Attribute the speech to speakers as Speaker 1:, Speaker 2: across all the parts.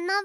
Speaker 1: の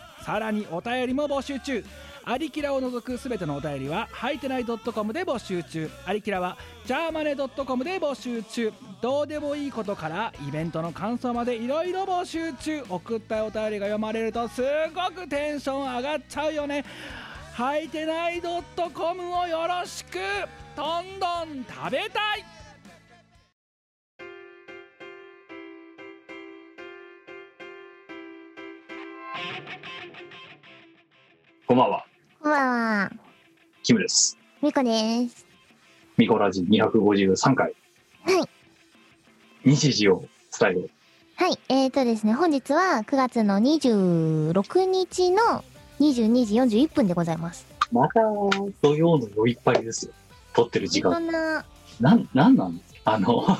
Speaker 2: さらにお便りも募集中アリキラを除くすべてのお便りは、はいてない .com で募集中。アリキラは、ジャーマネ .com で募集中。どうでもいいことから、イベントの感想までいろいろ募集中。送ったお便りが読まれると、すごくテンション上がっちゃうよね。はいてない .com をよろしくどんどん食べたい
Speaker 3: こんばんは、
Speaker 1: こんばんは
Speaker 3: キムです。
Speaker 1: みこです
Speaker 3: ミコラジ253回。
Speaker 1: はい。
Speaker 3: 日時を伝えよう。
Speaker 1: はいえーとですね本日は9月の26日の22時41分でございます
Speaker 3: また土曜の酔いっぱいですよ。撮ってる時
Speaker 1: そ
Speaker 3: 間。
Speaker 1: んな
Speaker 3: なん、なんなんあの、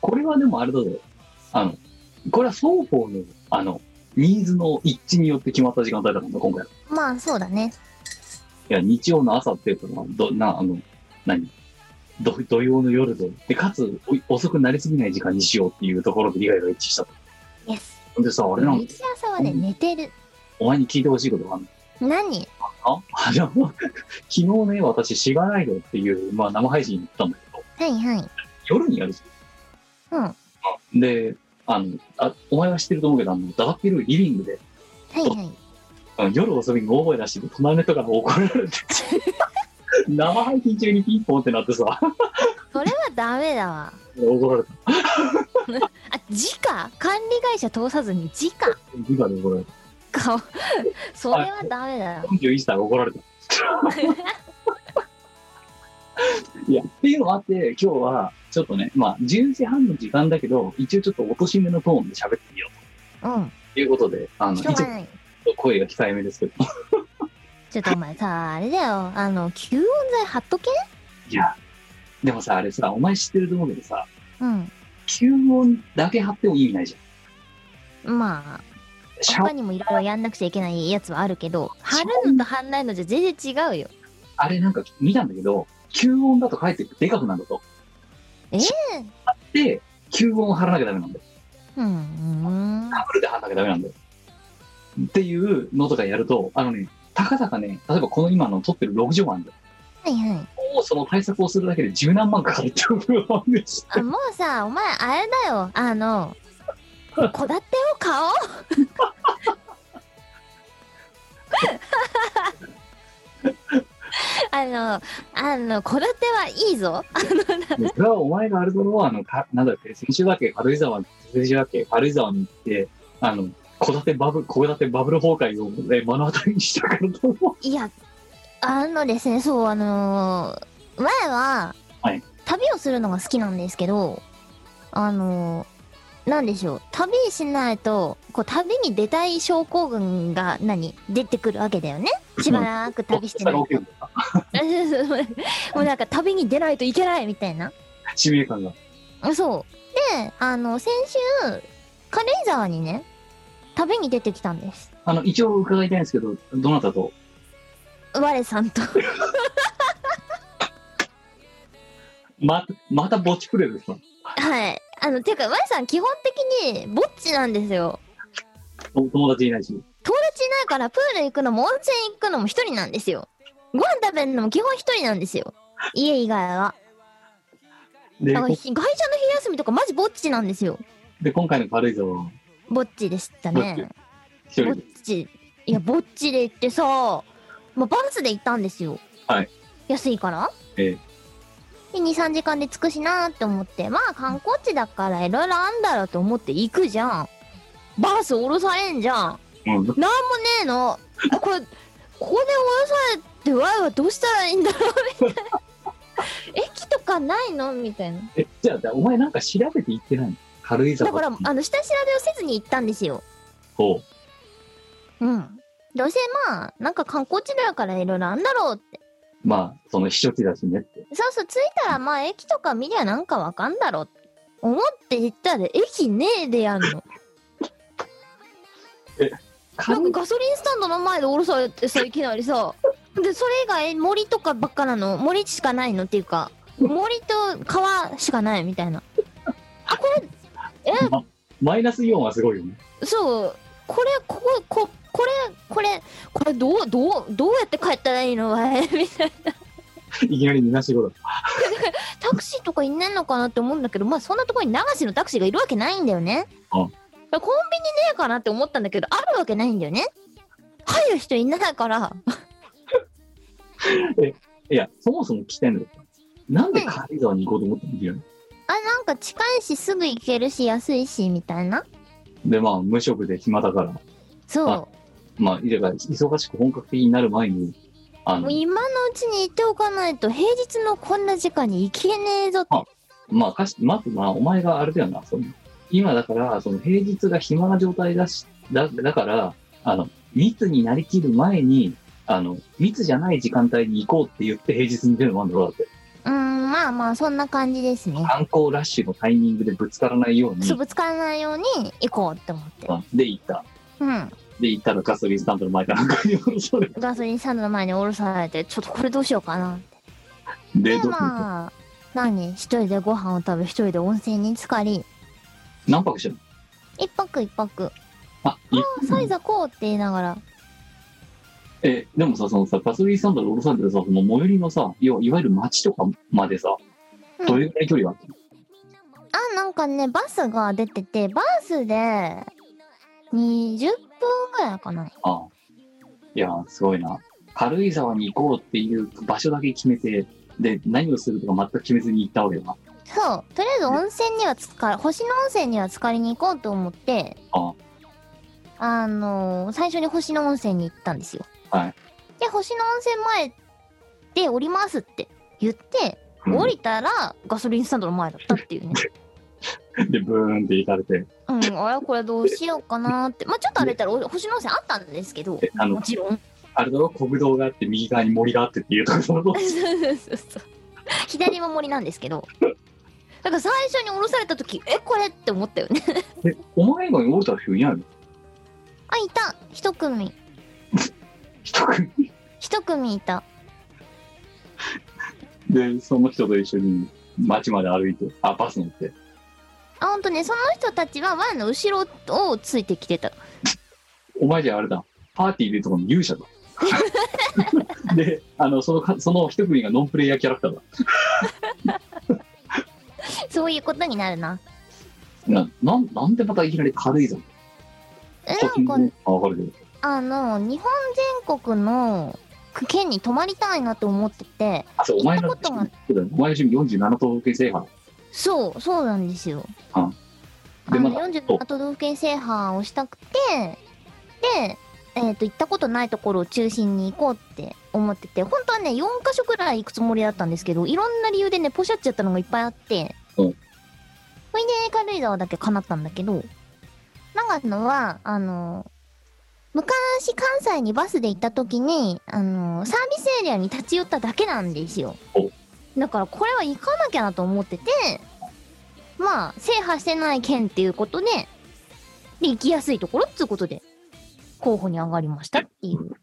Speaker 3: これはでもあれだぞ。あの、これは双方の、あの、ニーズの一致によって決まった時間帯だったんだ、今回は。
Speaker 1: まあそうだね
Speaker 3: いや、日曜の朝っていうのは、ど、な、あの、何ど土曜の夜と、で、かつ、お遅くなりすぎない時間にしようっていうところで理解が一致した。
Speaker 1: イエス
Speaker 3: でさ、俺なんか、
Speaker 1: 一朝はね寝てる
Speaker 3: お前に聞いてほしいことがある
Speaker 1: 何
Speaker 3: あ、あの、昨日ね、私、しがないのっていう、まあ、生配信行ったんだけど、
Speaker 1: はいはい
Speaker 3: 夜にやるじ
Speaker 1: うんは
Speaker 3: ゃん。で、あの、あお前は知ってると思うけど、あの、だがってるリビングで、
Speaker 1: いはい
Speaker 3: あの夜遅くに大声出してて、隣の人から怒られ るって。生配信中にピンポンってなってさ、
Speaker 1: それはダメだわ
Speaker 3: 怒られた。
Speaker 1: あ直管理会社通さずに直
Speaker 3: ビバで怒られた。
Speaker 1: 顔それはダメだよ
Speaker 3: 41歳怒られた。いや、っていうのもあって、今日は、ちょっとね、まあ、10時半の時間だけど、一応ちょっと落とし目のトーンで喋ってみよう
Speaker 1: うん
Speaker 3: ということで、あの、い
Speaker 1: し
Speaker 3: つ
Speaker 1: ょう
Speaker 3: も
Speaker 1: がない
Speaker 3: 声が控えめですけど、
Speaker 1: ちょっとお前さあれだよあの吸音材貼っとけ
Speaker 3: いや、でもさ、あれさ、お前知ってると思うけどさ、
Speaker 1: うん
Speaker 3: 吸音だけ貼っても意味ないじゃん。
Speaker 1: まあ
Speaker 3: シャ
Speaker 1: 他にもいろいろやんなくちゃいけないやつはあるけど貼るのと貼んないのじゃ全然違うよ
Speaker 3: あれなんか見たんだけど、吸音だとかえってでかくなると。
Speaker 1: ええ
Speaker 3: で、吸音を貼らなきゃダメなんだよ。
Speaker 1: うんうん
Speaker 3: ダブルで貼らなきゃダメなんだよ。っていうのとかやると、あのね、たかだかね、例えばこの今の撮ってる6畳半で、
Speaker 1: はいはい
Speaker 3: もうその対策をするだけで十何万かかるって思うんです。
Speaker 1: あもうさお前あれだよあの戸建てを買おうあのあの戸建てはいいぞ
Speaker 3: でそれはお前がある頃は、あの、かなんだっけ、先週だっけ、軽井沢に、先週だっけ、軽井沢に行って、あの、戸建てバブ、戸建てバブル崩壊を、ね、目の当たりにしたからと思う。
Speaker 1: いやあのですねそうあの前は、
Speaker 3: はい
Speaker 1: 旅をするのが好きなんですけどあのなんでしょう旅しないとこう旅に出たい症候群が何出てくるわけだよねしばらく旅してないと もうなんか旅に出ないといけないみたいな
Speaker 3: 使命感が。
Speaker 1: そうであの先週軽井沢にね旅に出てきたんです
Speaker 3: あの、一応伺いたいんですけど、どなたと、
Speaker 1: 我さんと
Speaker 3: ま、またぼっちプレイですか
Speaker 1: はいあのていうか我さん基本的にぼっちなんですよ
Speaker 3: お友達いないし。
Speaker 1: 友達いないからプール行くのも温泉行くのも一人なんですよご飯食べるのも基本一人なんですよ家以外は
Speaker 3: で、
Speaker 1: だから
Speaker 3: こ
Speaker 1: 外社の昼休みとかマジぼっちなんですよ
Speaker 3: で今回の軽井沢は
Speaker 1: ぼっちでしたね
Speaker 3: 一
Speaker 1: ぼ
Speaker 3: 人
Speaker 1: っ
Speaker 3: で。
Speaker 1: ちいやぼっちで行ってさ、まあ、バスで行ったんですよ
Speaker 3: はい
Speaker 1: 安いから
Speaker 3: え
Speaker 1: で23時間で着くしなーって思ってまあ観光地だからいろいろあんだろうと思って行くじゃんバス降ろされんじゃん
Speaker 3: えうん。
Speaker 1: ねえのこれここで降ろされてワイはどうしたらいいんだろうみたいな 駅とかないのみたいな
Speaker 3: え、じゃあ、お前なんか調べて行ってないの軽井
Speaker 1: だ
Speaker 3: 沢
Speaker 1: からあの下調べをせずに行ったんですよ
Speaker 3: こ
Speaker 1: うんどうせまあ、なんか観光地だからいろいろあんだろうって。
Speaker 3: まあ、その避暑地だしねって。
Speaker 1: そうそう、着いたらまあ駅とか見りゃなんかわかんだろうって。思って行ったら駅ねえでやん の。なんかガソリンスタンドの前で降ろされてさ、いきなりさ。で、それ以外森とかばっかなの。森しかないのっていうか、森と川しかないみたいな。あ、これ、え、
Speaker 3: まマイナスイオンはすごいよね。
Speaker 1: そう、これ、ここ、こ、これ、これ、これ、どう、どう、どうやって帰ったらいいのみたいな。
Speaker 3: いきなりみなしごだ。
Speaker 1: タクシーとかいんねんのかなって思うんだけど、まあそんなところに流しのタクシーがいるわけないんだよね。
Speaker 3: あ
Speaker 1: コンビニねえかなって思ったんだけど、あるわけないんだよね。入る人いないから、
Speaker 3: いや、そもそも来てんだよ。なんで軽井沢に行こうと思ったのいや
Speaker 1: あ、なんか近いし、すぐ行けるし、安いし、みたいな。
Speaker 3: で、まあ、無職で暇だから、
Speaker 1: そ
Speaker 3: まあ、いれば忙しく本格的になる前に、あ
Speaker 1: う。も
Speaker 3: の
Speaker 1: う、今のうちに行っておかないと、平日のこんな時間に行けねえぞって。
Speaker 3: まあ、かし、まず、まあ、お前があれだよな、その、今だから、その、平日が暇な状態だし、だ、だから、あの、密になりきる前に、あの、密じゃない時間帯に行こうって言って平日に出るもんだろ、だって。
Speaker 1: うーん、まあまあ、そんな感じですね。
Speaker 3: 観光ラッシュのタイミングでぶつからないように
Speaker 1: そう、ぶつからないように行こうって思って。
Speaker 3: あで行った
Speaker 1: うん。
Speaker 3: で行ったらガソリンスタンドの前かなんかにそれ
Speaker 1: ガソリンスタンドの前に降ろされて、ちょっとこれどうしようかな。
Speaker 3: で
Speaker 1: で、
Speaker 3: ど
Speaker 1: まあ、何一人でご飯を食べ、一人で温泉に浸かり、
Speaker 3: 何泊してるの
Speaker 1: 一泊一泊、
Speaker 3: あい
Speaker 1: サイザこうって言いながら、
Speaker 3: えでもさそのさガソリンスタンドで降ろされてさその最寄りのさ要はいわゆる町とかまでさ
Speaker 1: うん
Speaker 3: どれぐらい距離があったの、
Speaker 1: あ、なんかね、バスが出てて、バスで、20分ぐらいかな。
Speaker 3: ああいやーすごいな軽井沢に行こうっていう場所だけ決めてで何をするとか全く決めずに行ったわけだな
Speaker 1: そう、とりあえず温泉にはつか、星の温泉には浸かりに行こうと思って、
Speaker 3: あ
Speaker 1: あのー最初に星野温泉に行ったんですよ。
Speaker 3: はい
Speaker 1: で、星野温泉前で降りますって言って、
Speaker 3: うん
Speaker 1: 降りたらガソリンスタンドの前だったって いうね。
Speaker 3: でブーンって行かれて
Speaker 1: うん、あれこれどうしようかなーって。まあちょっと歩いたらお星野温泉あったんですけど、
Speaker 3: えあの
Speaker 1: もち ろん。
Speaker 3: あれだろ国道があって右側に森があってっていうところ の
Speaker 1: 左も森なんですけど。だから最初に降ろされた時、え、これって思ったよね。
Speaker 3: えお前以外に降りた人いないの
Speaker 1: あ、いた一組。
Speaker 3: 一組
Speaker 1: 一組いた。
Speaker 3: で、その人と一緒に街まで歩いて、あ、バス乗って。
Speaker 1: あ、ほんとね、その人たちは前の後ろをついてきてた。
Speaker 3: お前じゃあれだ、パーティーでいうとこの勇者 だ。で、あの、そのか、その一組がノンプレイヤーキャラクターだ。
Speaker 1: そういうことになるな。
Speaker 3: な、なん、なんでまたいきなり軽いぞ。
Speaker 1: え、
Speaker 3: あ
Speaker 1: なんかね、
Speaker 3: わかるけど。
Speaker 1: あの、日本全国の県に泊まりたいなと思ってて、
Speaker 3: あ、そう、お前の、
Speaker 1: 行ったことが
Speaker 3: そうだよお前の趣味47都道府県制覇。
Speaker 1: そう、そうなんですよ。
Speaker 3: あで
Speaker 1: あの
Speaker 3: まだ
Speaker 1: 47都道府県制覇をしたくて、で、えっ、と、行ったことないところを中心に行こうって思ってて、本当はね、4カ所くらい行くつもりだったんですけど、いろんな理由でね、ポシャっちゃったのがいっぱいあって、
Speaker 3: うん
Speaker 1: ほいで、軽井沢だけ叶ったんだけど、長野は、あの、昔関西にバスで行った時に、あの、サービスエリアに立ち寄っただけなんですよ
Speaker 3: お。
Speaker 1: だからこれは行かなきゃなと思ってて、まあ、制覇してない県っていうことで、で、行きやすいところっていうことで、候補に上がりましたっていう。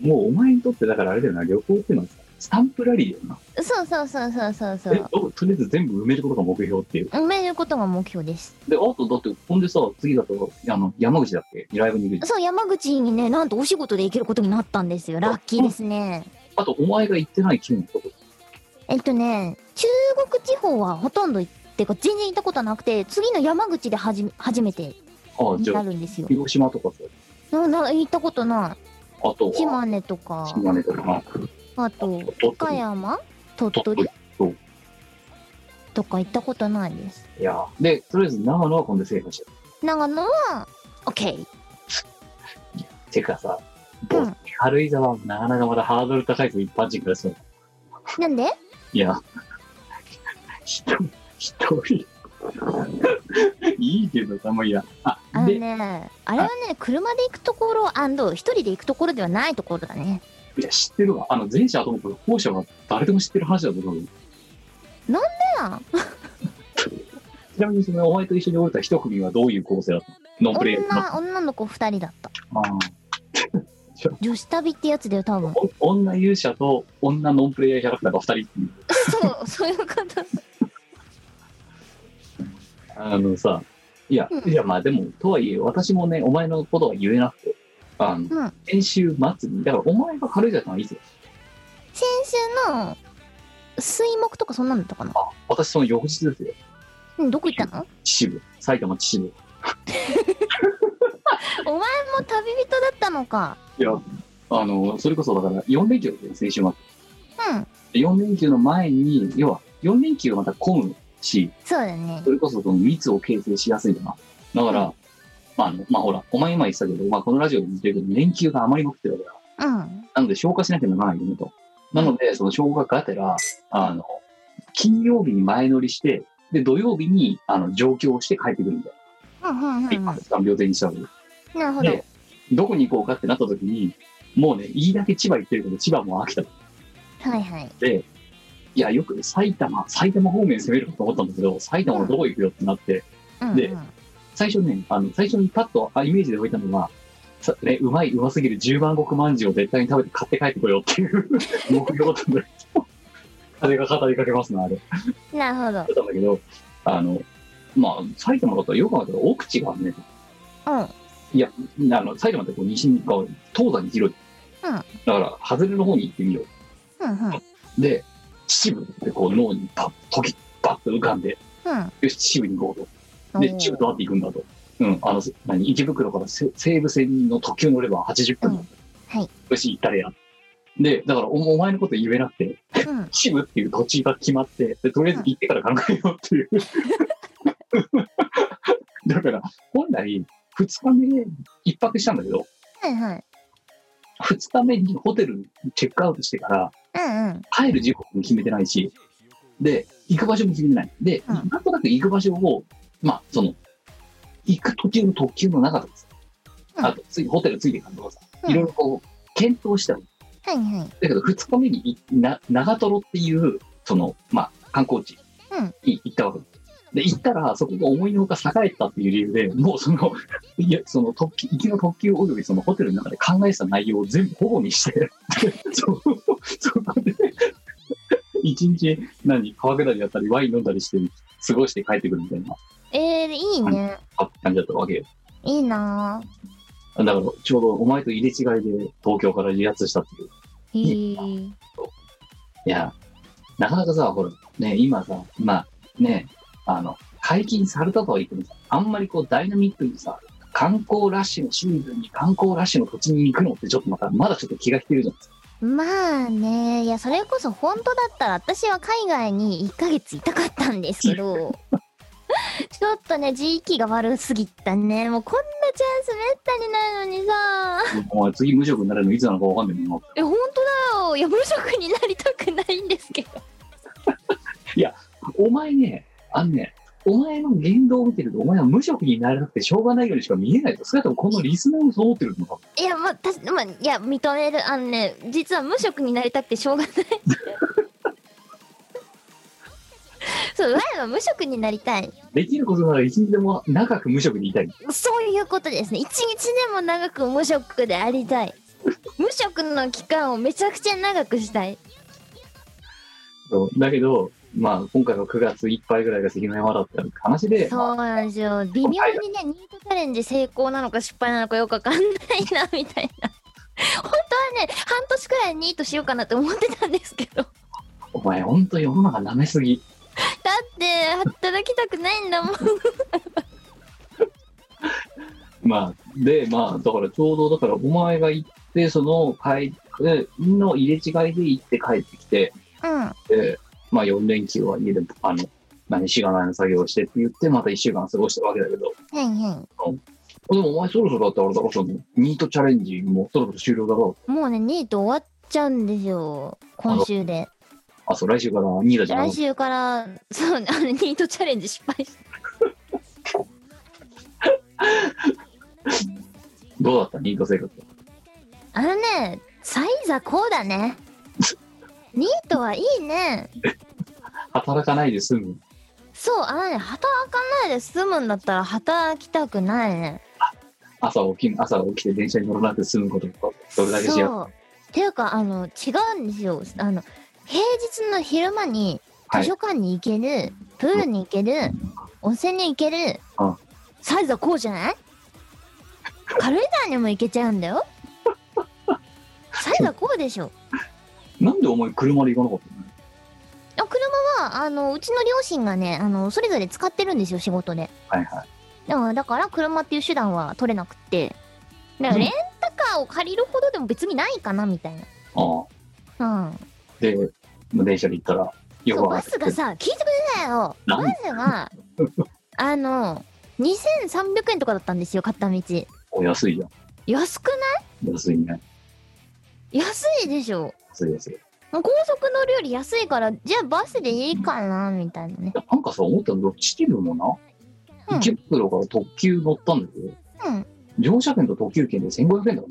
Speaker 3: もうお前にとってだからあれだよな、旅行っていうのはスタンプラリーだよな。
Speaker 1: そうそうそうそうそうそ
Speaker 3: え
Speaker 1: う。
Speaker 3: どとりあえず全部埋めることが目標っていう。
Speaker 1: 埋めることが目標です。
Speaker 3: で、あとだって、ほんでさ、次だと、あの、山口だっけライブに行く。
Speaker 1: そう、山口にね、なんとお仕事で行けることになったんですよ。ラッキーですね。
Speaker 3: あと、お前が行ってない県のこと。
Speaker 1: えっとね、中国地方はほとんど行ってか、全然行ったことなくて、次の山口ではじ初めて
Speaker 3: ああ、
Speaker 1: に
Speaker 3: じゃ
Speaker 1: な
Speaker 3: あ、
Speaker 1: るんですよ。
Speaker 3: 広島とかさ、
Speaker 1: なな行ったことな
Speaker 3: あと
Speaker 1: い。島根とか、
Speaker 3: 島根とか、
Speaker 1: あと、
Speaker 3: 鳥
Speaker 1: 岡
Speaker 3: 取。
Speaker 1: 山鳥
Speaker 3: 鳥
Speaker 1: 取
Speaker 3: 取そう
Speaker 1: とか行ったことないです。
Speaker 3: いやー、で、とりあえず長野は今度制覇してる。
Speaker 1: 長野は、OK。
Speaker 3: てかさ、
Speaker 1: うん
Speaker 3: 軽井沢はなかなかまだハードル高いぞ、一般人からすると
Speaker 1: なんで
Speaker 3: いや、一人、一人。いいけどさ、もういいや。あ、
Speaker 1: ああのね、あれはね、車で行くところ一人で行くところではないところだね。
Speaker 3: いや、知ってるわ。あの、前者ともこれ後者は誰でも知ってる話だと思う。
Speaker 1: なんで
Speaker 3: ちなみに、その、お前と一緒におれた一組はどういう構成だったのノンプレイヤーだっ
Speaker 1: 女、女の子二人だった。
Speaker 3: たあー
Speaker 1: 女子旅ってやつだよ、多 分。
Speaker 3: お女勇者と女ノンプレイヤーキャラクターが二人っていう。
Speaker 1: そう、そういうこと。
Speaker 3: あのさ、いや、
Speaker 1: うん
Speaker 3: いや、まあでも、とはいえ、私もね、お前のことは言えなくて、あの、
Speaker 1: うん
Speaker 3: 先週末に、だからお前が軽井沢行ったのはいつ
Speaker 1: 先週の水木とかそんなんだったかな。
Speaker 3: 私その翌日ですよ。
Speaker 1: うんどこ行ったの
Speaker 3: 秩父。埼玉秩父。
Speaker 1: お前も旅人だったのか。
Speaker 3: いや、あの、それこそだから、4連休だったよ、先週末。
Speaker 1: うん、
Speaker 3: 4連休の前に、要は、4連休がまた混むし、
Speaker 1: そうだね
Speaker 3: そ。れこそその密を形成しやすいよな。だから、まああの、まあほら、お前今言ってたけど、まあこのラジオで言ってるけど、連休が余りまくってるから、
Speaker 1: うん。
Speaker 3: なので消化しなきゃならないよねと。なので、その消化がてら、あの、金曜日に前乗りして、で、土曜日に、あの、上京して帰ってくるんだよ。
Speaker 1: うんうんうんうん。な
Speaker 3: 3秒前にしたわけで。
Speaker 1: るほど。
Speaker 3: で、どこに行こうかってなった時に、もうね、いいだけ千葉行ってるけど、千葉も飽きた。
Speaker 1: はいはい。
Speaker 3: で、いや、よく埼玉、埼玉方面攻めるかと思ったんだけど、埼玉のどこ行くよってなって、
Speaker 1: うん、
Speaker 3: で
Speaker 1: うん。
Speaker 3: 最初ね、あの、最初にパッとあイメージで置いたのが、さね、うまい、うますぎる十万石まんじゅうを絶対に食べて買って帰ってこようっていう 目標だったんだけど、あれが語りかけますな、あれ。だ
Speaker 1: なるほど。
Speaker 3: ったんだけど、あの、まあ、埼玉だったらよく考えたら奥地があるね。
Speaker 1: うん。
Speaker 3: いや、あの、埼玉ってこう西に、あ東西に広い。
Speaker 1: うん
Speaker 3: だから、外れの方に行ってみよ
Speaker 1: うんうん。
Speaker 3: う。で、秩父ってこう脳にパッ、とき、バッと浮かんで、
Speaker 1: うん。
Speaker 3: よし、秩父に行こうと。
Speaker 1: お
Speaker 3: で、
Speaker 1: ー
Speaker 3: 中途あって行くんだと。うん、あの、せ何、池袋からせ西武線の特急乗れば80分だ、
Speaker 1: うんはい。
Speaker 3: よし、行ったれや。で、だからお、お前のこと言えなくて、
Speaker 1: うん。
Speaker 3: 秩父っていう土地が決まって、で、とりあえず行ってから考えようっていう。 だから、本来、2日目、一泊したんだけど、
Speaker 1: はいはい。
Speaker 3: 2日目にホテルチェックアウトしてから、
Speaker 1: うんうん。
Speaker 3: 帰る時刻も決めてないし、で、行く場所も決めてない。で、
Speaker 1: うん
Speaker 3: なんとなく行く場所を、まあ、その、行く途中の特急の中とかさ、
Speaker 1: うん
Speaker 3: あと、つい、ホテルついてからとかさ、
Speaker 1: うん
Speaker 3: いろいろこう、検討したの。
Speaker 1: はいはい。
Speaker 3: だけど、2日目にい、な、長瀞っていう、その、まあ、観光地
Speaker 1: うん
Speaker 3: に行ったわけ。で、行ったら、そこが思いのほか栄えてたっていう理由で、もうその、 いや、その特急、行きの特急およびそのホテルの中で考えてた内容を全部ほぼにして、 でそそこで、一日、何、川下りだったり、ワイン飲んだりして、過ごして帰ってくるみたいな
Speaker 1: えー、いいね。
Speaker 3: 感じだったわけよ。
Speaker 1: いいな
Speaker 3: だから、ちょうどお前と入れ違いで東京から離脱したっていう。
Speaker 1: ーへえ。
Speaker 3: いや、なかなかさ、ほら、ね、今さ、まあ、ね、あの、解禁されたとは言ってもさ、あんまりこう、ダイナミックにさ、観光ラッシュのシーズンに観光ラッシュの土地に行くのってちょっとまた、まだちょっと気が引けるじゃないですか。
Speaker 1: まあね、いや、それこそ本当だったら、私は海外に1ヶ月いたかったんですけ ど、ちょっとね、時期が悪すぎたね。もうこんなチャンスめったにないのにさ。
Speaker 3: お前次無職になれるのいつなのかわかんないもんな。
Speaker 1: え、本当だよ。いや、無職になりたくないんですけど。
Speaker 3: お前ね、あのね、お前の言動を見てると、お前は無職になれなくてしょうがないようにしか見えないと。それともこのリスナーもそう思ってるのか。
Speaker 1: いや、まあ、たしまあ、いや、認める。あのね、実は無職になりたくてしょうがない。そう、前は無職になりたい。
Speaker 3: できることなら一日でも長く無職にいたい。
Speaker 1: そういうことですね。一日でも長く無職でありたい。無職の期間をめちゃくちゃ長くしたい。
Speaker 3: そうだけど、まあ、今回の9月いっぱいぐらいが関の山だった話で、
Speaker 1: そうなんですよ。微妙にね、ニートチャレンジ成功なのか失敗なのかよくわかんないな、みたいな。本当はね、半年くらいニートしようかなって思ってたんですけど。だ
Speaker 3: お前ほんと世の中舐めすぎ。
Speaker 1: って、働きたくないんだもん。
Speaker 3: まあ、で、まあ、だからちょうど、だからお前が行って、その、帰って、の入れ違いで行って帰ってきて、
Speaker 1: うん。
Speaker 3: で、まあ4連休は家で、あの、何しがないの作業をしてって言って、また1週間過ごしたわけだけど、
Speaker 1: はいは
Speaker 3: でもお前そろそろだってあれだろ、その、ニートチャレンジもそろそろ終了だろ、
Speaker 1: い。もうね、ニート終わっちゃうんですよ。今週で。
Speaker 3: あ、そう、来週からニートじゃない
Speaker 1: 来週から、そう、あの、ニートチャレンジ失敗し
Speaker 3: どうだったニート生活は。
Speaker 1: あのね、サイザこうだ ね。ニートはいいね。
Speaker 3: 働かないで済む。
Speaker 1: そう、あのね、働かないで済むんだったら働きたくないね。
Speaker 3: 朝起き、朝起きて電車に乗らなくて済むことと、それだけしよう。
Speaker 1: そう。っていうか、あの、違うんですよ。あの、平日の昼間に
Speaker 3: は
Speaker 1: 図
Speaker 3: い
Speaker 1: 書。館に行ける、プールに行ける、温泉に行ける、
Speaker 3: うん
Speaker 1: サイズはこうじゃ ない軽井沢にも行けちゃうんだよ。サイズはこうでしょ。
Speaker 3: なんでお前車で行かなかったの
Speaker 1: あ車は、あの、うちの両親がね、あの、それぞれ使ってるんですよ、仕事で。
Speaker 3: はいはい。
Speaker 1: だから、だから車っていう手段は取れなくって。だから、
Speaker 3: うん
Speaker 1: レンタカーを借りるほどでも別にないかな、みたい
Speaker 3: ああ。
Speaker 1: な。うん。
Speaker 3: で、電車で行ったら、
Speaker 1: そ
Speaker 3: よく
Speaker 1: う
Speaker 3: わか
Speaker 1: バ
Speaker 3: って
Speaker 1: スがさ、聞いてくれないよ。
Speaker 3: な
Speaker 1: バ
Speaker 3: ん
Speaker 1: スが、 あの、2300円とかだったんですよ、買った道。
Speaker 3: お安いじゃ。
Speaker 1: 安くなん
Speaker 3: 安いね。
Speaker 1: い安いでしょ。
Speaker 3: 安い安い。
Speaker 1: もう高速乗るより安いから、じゃあバスでいいかな、みたいなね。
Speaker 3: なんかさ、思ったの、どっちチームも
Speaker 1: う
Speaker 3: な、
Speaker 1: ん
Speaker 3: 池袋から特急乗ったんだけど、
Speaker 1: うん
Speaker 3: 乗車券と特急券で1500円だか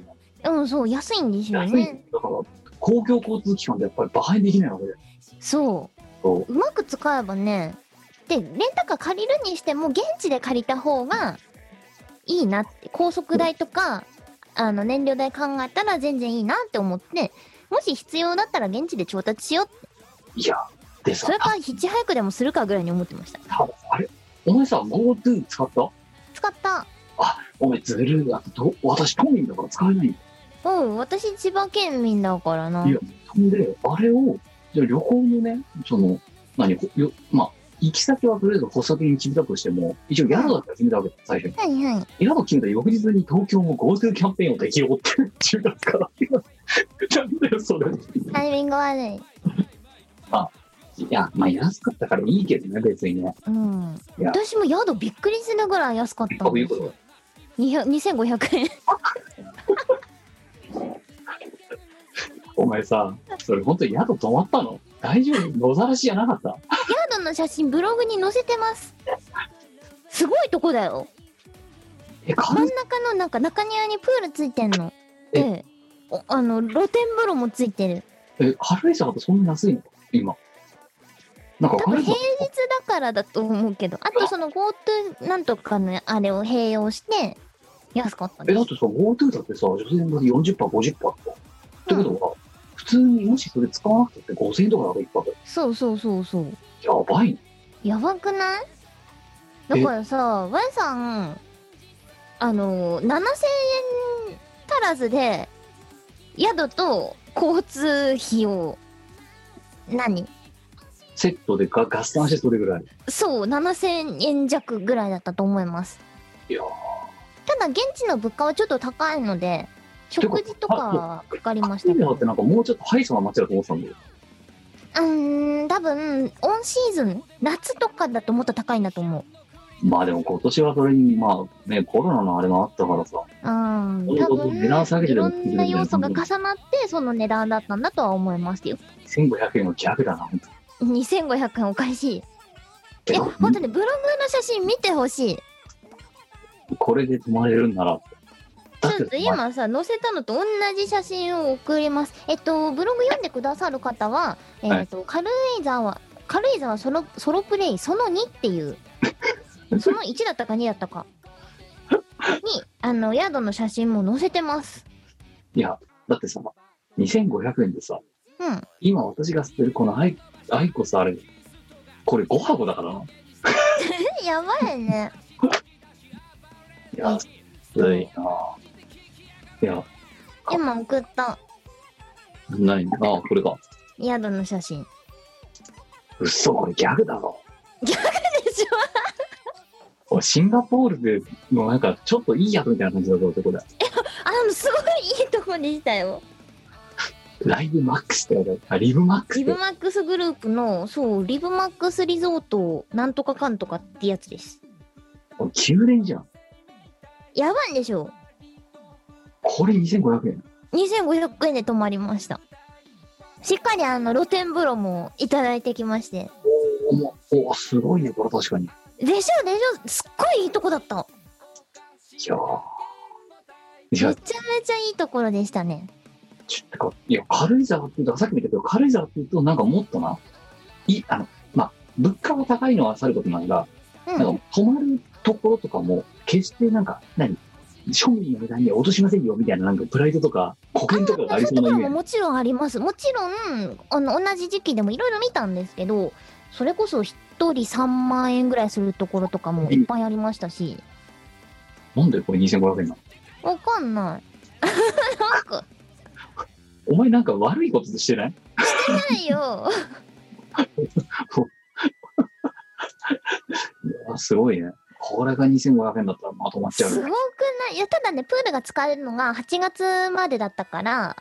Speaker 1: うん、そう、安いんですよ
Speaker 3: らね。安い
Speaker 1: ね。
Speaker 3: んだから、公共交通機関でやっぱり馬鹿にできないわけだよ。
Speaker 1: そ。
Speaker 3: そ
Speaker 1: う
Speaker 3: う
Speaker 1: まく使えばね。で、レンタカー借りるにしても、現地で借りた方がいいなって、高速代とか、あの、燃料代考えたら全然いいなって思って、もし必要だったら現地で調達しよう
Speaker 3: いや、でさ
Speaker 1: それ、かヒッチハイクでもするかぐらいに思ってました
Speaker 3: ただあれお前さ、GoTo 使った
Speaker 1: 使った
Speaker 3: お前ずるい。あとど私、都民だから使えないんだ
Speaker 1: うん私千葉県民だからない
Speaker 3: やそんで、あれを、じゃあ旅行のね、その、何、こよまあ、行き先はとりあえず補足に決めたとしても、一応宿だから決めたわけだ、最初に。
Speaker 1: はいはい
Speaker 3: 宿決めた翌日に東京も GoTo キャンペーンを適用って、10月から。なんだよ、それ。
Speaker 1: タイミング悪い
Speaker 3: いや、まあ、安かったからいいけどね、別にね。
Speaker 1: うん
Speaker 3: いや
Speaker 1: 私も宿びっくりするぐらい安かったんですよ200 2500円
Speaker 3: お前さ、それ本当に宿泊まったの大丈夫野ざらしじゃなかった
Speaker 1: 宿の写真ブログに載せてますすごいとこだよ
Speaker 3: え、
Speaker 1: 真ん
Speaker 3: 完
Speaker 1: 中のなんか中庭にプールついてんの
Speaker 3: え
Speaker 1: でおあの露天風呂もついてる
Speaker 3: え、軽井沢ってそんな安いの今。なんか
Speaker 1: 多分
Speaker 3: 軽井
Speaker 1: 平
Speaker 3: 沢、
Speaker 1: 日だからだと思うけどあとその GoTo なんとかのあれを併用して安かった
Speaker 3: え、
Speaker 1: で
Speaker 3: だ
Speaker 1: す
Speaker 3: ってさ、GoTo だってさ、女性の40%、50%とか。ってことは、普通にもしそれ使わなくて5000円とかだと一泊。
Speaker 1: そうそうそうそう
Speaker 3: やばいね。
Speaker 1: やばくないだからさ Y さんあの7000円足らずで宿と交通費を何
Speaker 3: セットでガガスタンしてそれぐらい。
Speaker 1: そう7000円弱ぐらいだったと思います
Speaker 3: いやー
Speaker 1: ただ現地の物価はちょっと高いので食事とかはかかりましたけ
Speaker 3: 軽井
Speaker 1: ど
Speaker 3: 沢ってなんかもうちょっとハイソな街だと思ってたんだよ。
Speaker 1: うーん、多分、オンシーズン、夏とかだともっと高いんだと思う。
Speaker 3: まあでも今年はそれに、まあね、コロナのあれもあったからさ。
Speaker 1: うん、
Speaker 3: なる
Speaker 1: 多
Speaker 3: ほど
Speaker 1: 分、
Speaker 3: 値段下げて
Speaker 1: い
Speaker 3: る
Speaker 1: ろ
Speaker 3: のって
Speaker 1: んな要素が重なって、その値段だったんだとは思いますよ。
Speaker 3: 1500円の逆だな、本当に
Speaker 1: 2500円おかしい。い
Speaker 3: え
Speaker 1: や、本当にブログの写真見てほしい。
Speaker 3: これで泊まれるんなら。だっ
Speaker 1: ちょってと、今さ、載せたのと同じ写真を送ります。えっと、ブログ読んでくださる方は、えっと、軽井沢、軽井沢ソロソロプレイその2って いう、その1だったか2だったか。に、あの、宿の写真も載せてます。
Speaker 3: いや、だってさ、2500円でさ、
Speaker 1: うん。
Speaker 3: 今私が捨てるこのアイアイコスあれ、これ5箱だからな。
Speaker 1: やばい ね。
Speaker 3: いや、安いなぁいや、
Speaker 1: 今送った
Speaker 3: ないなあ、これか。
Speaker 1: 宿の写真。
Speaker 3: 嘘、これギャグだろ。
Speaker 1: でしょ
Speaker 3: おいシンガポールでのなんか、ちょっといい役みたいな感じだぞ、こ れ。
Speaker 1: あ、でもすごいいいとこでしたよ。
Speaker 3: ライブマックスってやつあ、リブマックス
Speaker 1: リ
Speaker 3: って
Speaker 1: ブ
Speaker 3: や
Speaker 1: マックスグループの、そう、リブマックスリゾートなんとかかんとかってやつです。
Speaker 3: つおい宮殿じゃん。
Speaker 1: やばいんでしょ
Speaker 3: これ2500円。
Speaker 1: 2500円で泊まりましたしっかりあの露天風呂もいただいてきまして
Speaker 3: おもおすごいね、これ確かに。
Speaker 1: でしょでしょすっごいいいとこだった
Speaker 3: やーい
Speaker 1: めちゃ
Speaker 3: や
Speaker 1: め、ちゃいいところでしたね。
Speaker 3: ちょっとか、いや、軽井沢って言うと、さっきも言ったけど、軽井沢って言うと、なんかもっとな、い、あの、まあ、物価が高いのはさることなんだ
Speaker 1: う
Speaker 3: が、
Speaker 1: ん。
Speaker 3: なんか、泊まるところとかも、決してなんか、何庶民の値段には落としませんよ、みたいな、なんか、プライドとか、国権とかがあり
Speaker 1: そい
Speaker 3: そう
Speaker 1: う
Speaker 3: う
Speaker 1: と
Speaker 3: な
Speaker 1: こ
Speaker 3: イ
Speaker 1: ろ
Speaker 3: メ
Speaker 1: も
Speaker 3: ージ。
Speaker 1: もちろんあります。もちろん、あの、同じ時期でもいろいろ見たんですけど、それこそ一人3万円ぐらいするところとかもいっぱいありましたし、
Speaker 3: なんでこれ2500円なの
Speaker 1: わかんない。 なんか、
Speaker 3: お前なんか悪いことしてない
Speaker 1: ないよ。
Speaker 3: あすごいね。これが2500円だったらまとまっちゃう
Speaker 1: すごく
Speaker 3: よね。
Speaker 1: ないいや、ただね、プールが使えるのが8月までだったから、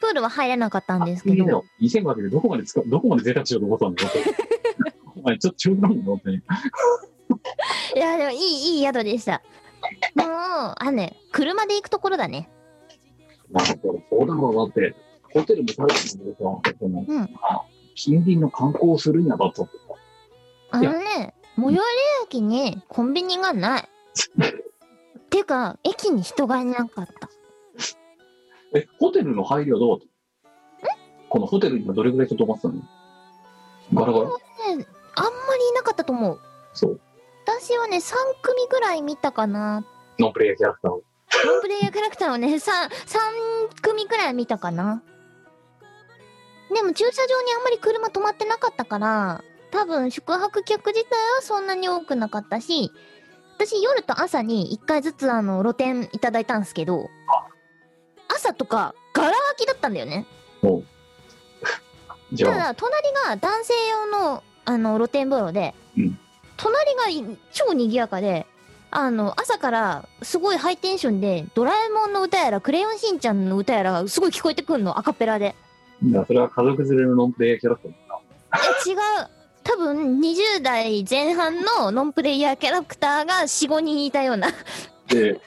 Speaker 1: プールは入れなかったんですけ
Speaker 3: いい
Speaker 1: ど
Speaker 3: よ、2500円でどこまで使う、どこまで贅沢しようと思ったんだよ。お前ちょっと中途なんだよ、本当に。
Speaker 1: いや、でもいい、いい宿でした。もう、あのね、車で行くところだね。
Speaker 3: まあ、そうだろうなって、ホテルも最近でさ、その、
Speaker 1: うん
Speaker 3: あ近隣の観光をするにはだと。
Speaker 1: あのね、最寄り駅にコンビニがない。てか、駅に人がいなかった。
Speaker 3: え、ホテルの配慮どうこのホテルにはどれぐらい人泊まってたのガラガラ
Speaker 1: ね、あんまりいなかったと思う。
Speaker 3: そう。
Speaker 1: 私はね、3組ぐらい見たかな。
Speaker 3: ノンプレイヤーキャラクターを。
Speaker 1: ノンプレイヤーキャラクターをね、3、三組ぐらい見たかな。でも駐車場にあんまり車止まってなかったから、多分宿泊客自体はそんなに多くなかったし、私夜と朝に1回ずつあの露店いただいたんですけど、朝とかガラ空きだったんだよね。
Speaker 3: じ
Speaker 1: た
Speaker 3: ゃあ、
Speaker 1: だ隣が男性用のあの露天風呂で、
Speaker 3: うん
Speaker 1: 隣がい超賑やかであの朝からすごいハイテンションで「ドラえもんの歌やら「クレヨンしんちゃん」の歌やらがすごい聞こえてくるのアカペラで
Speaker 3: いやそれは家族連れのノンプレイヤーキャラクターだな。
Speaker 1: え違う多分20代前半のノンプレイヤーキャラクターが45人いたような
Speaker 3: で、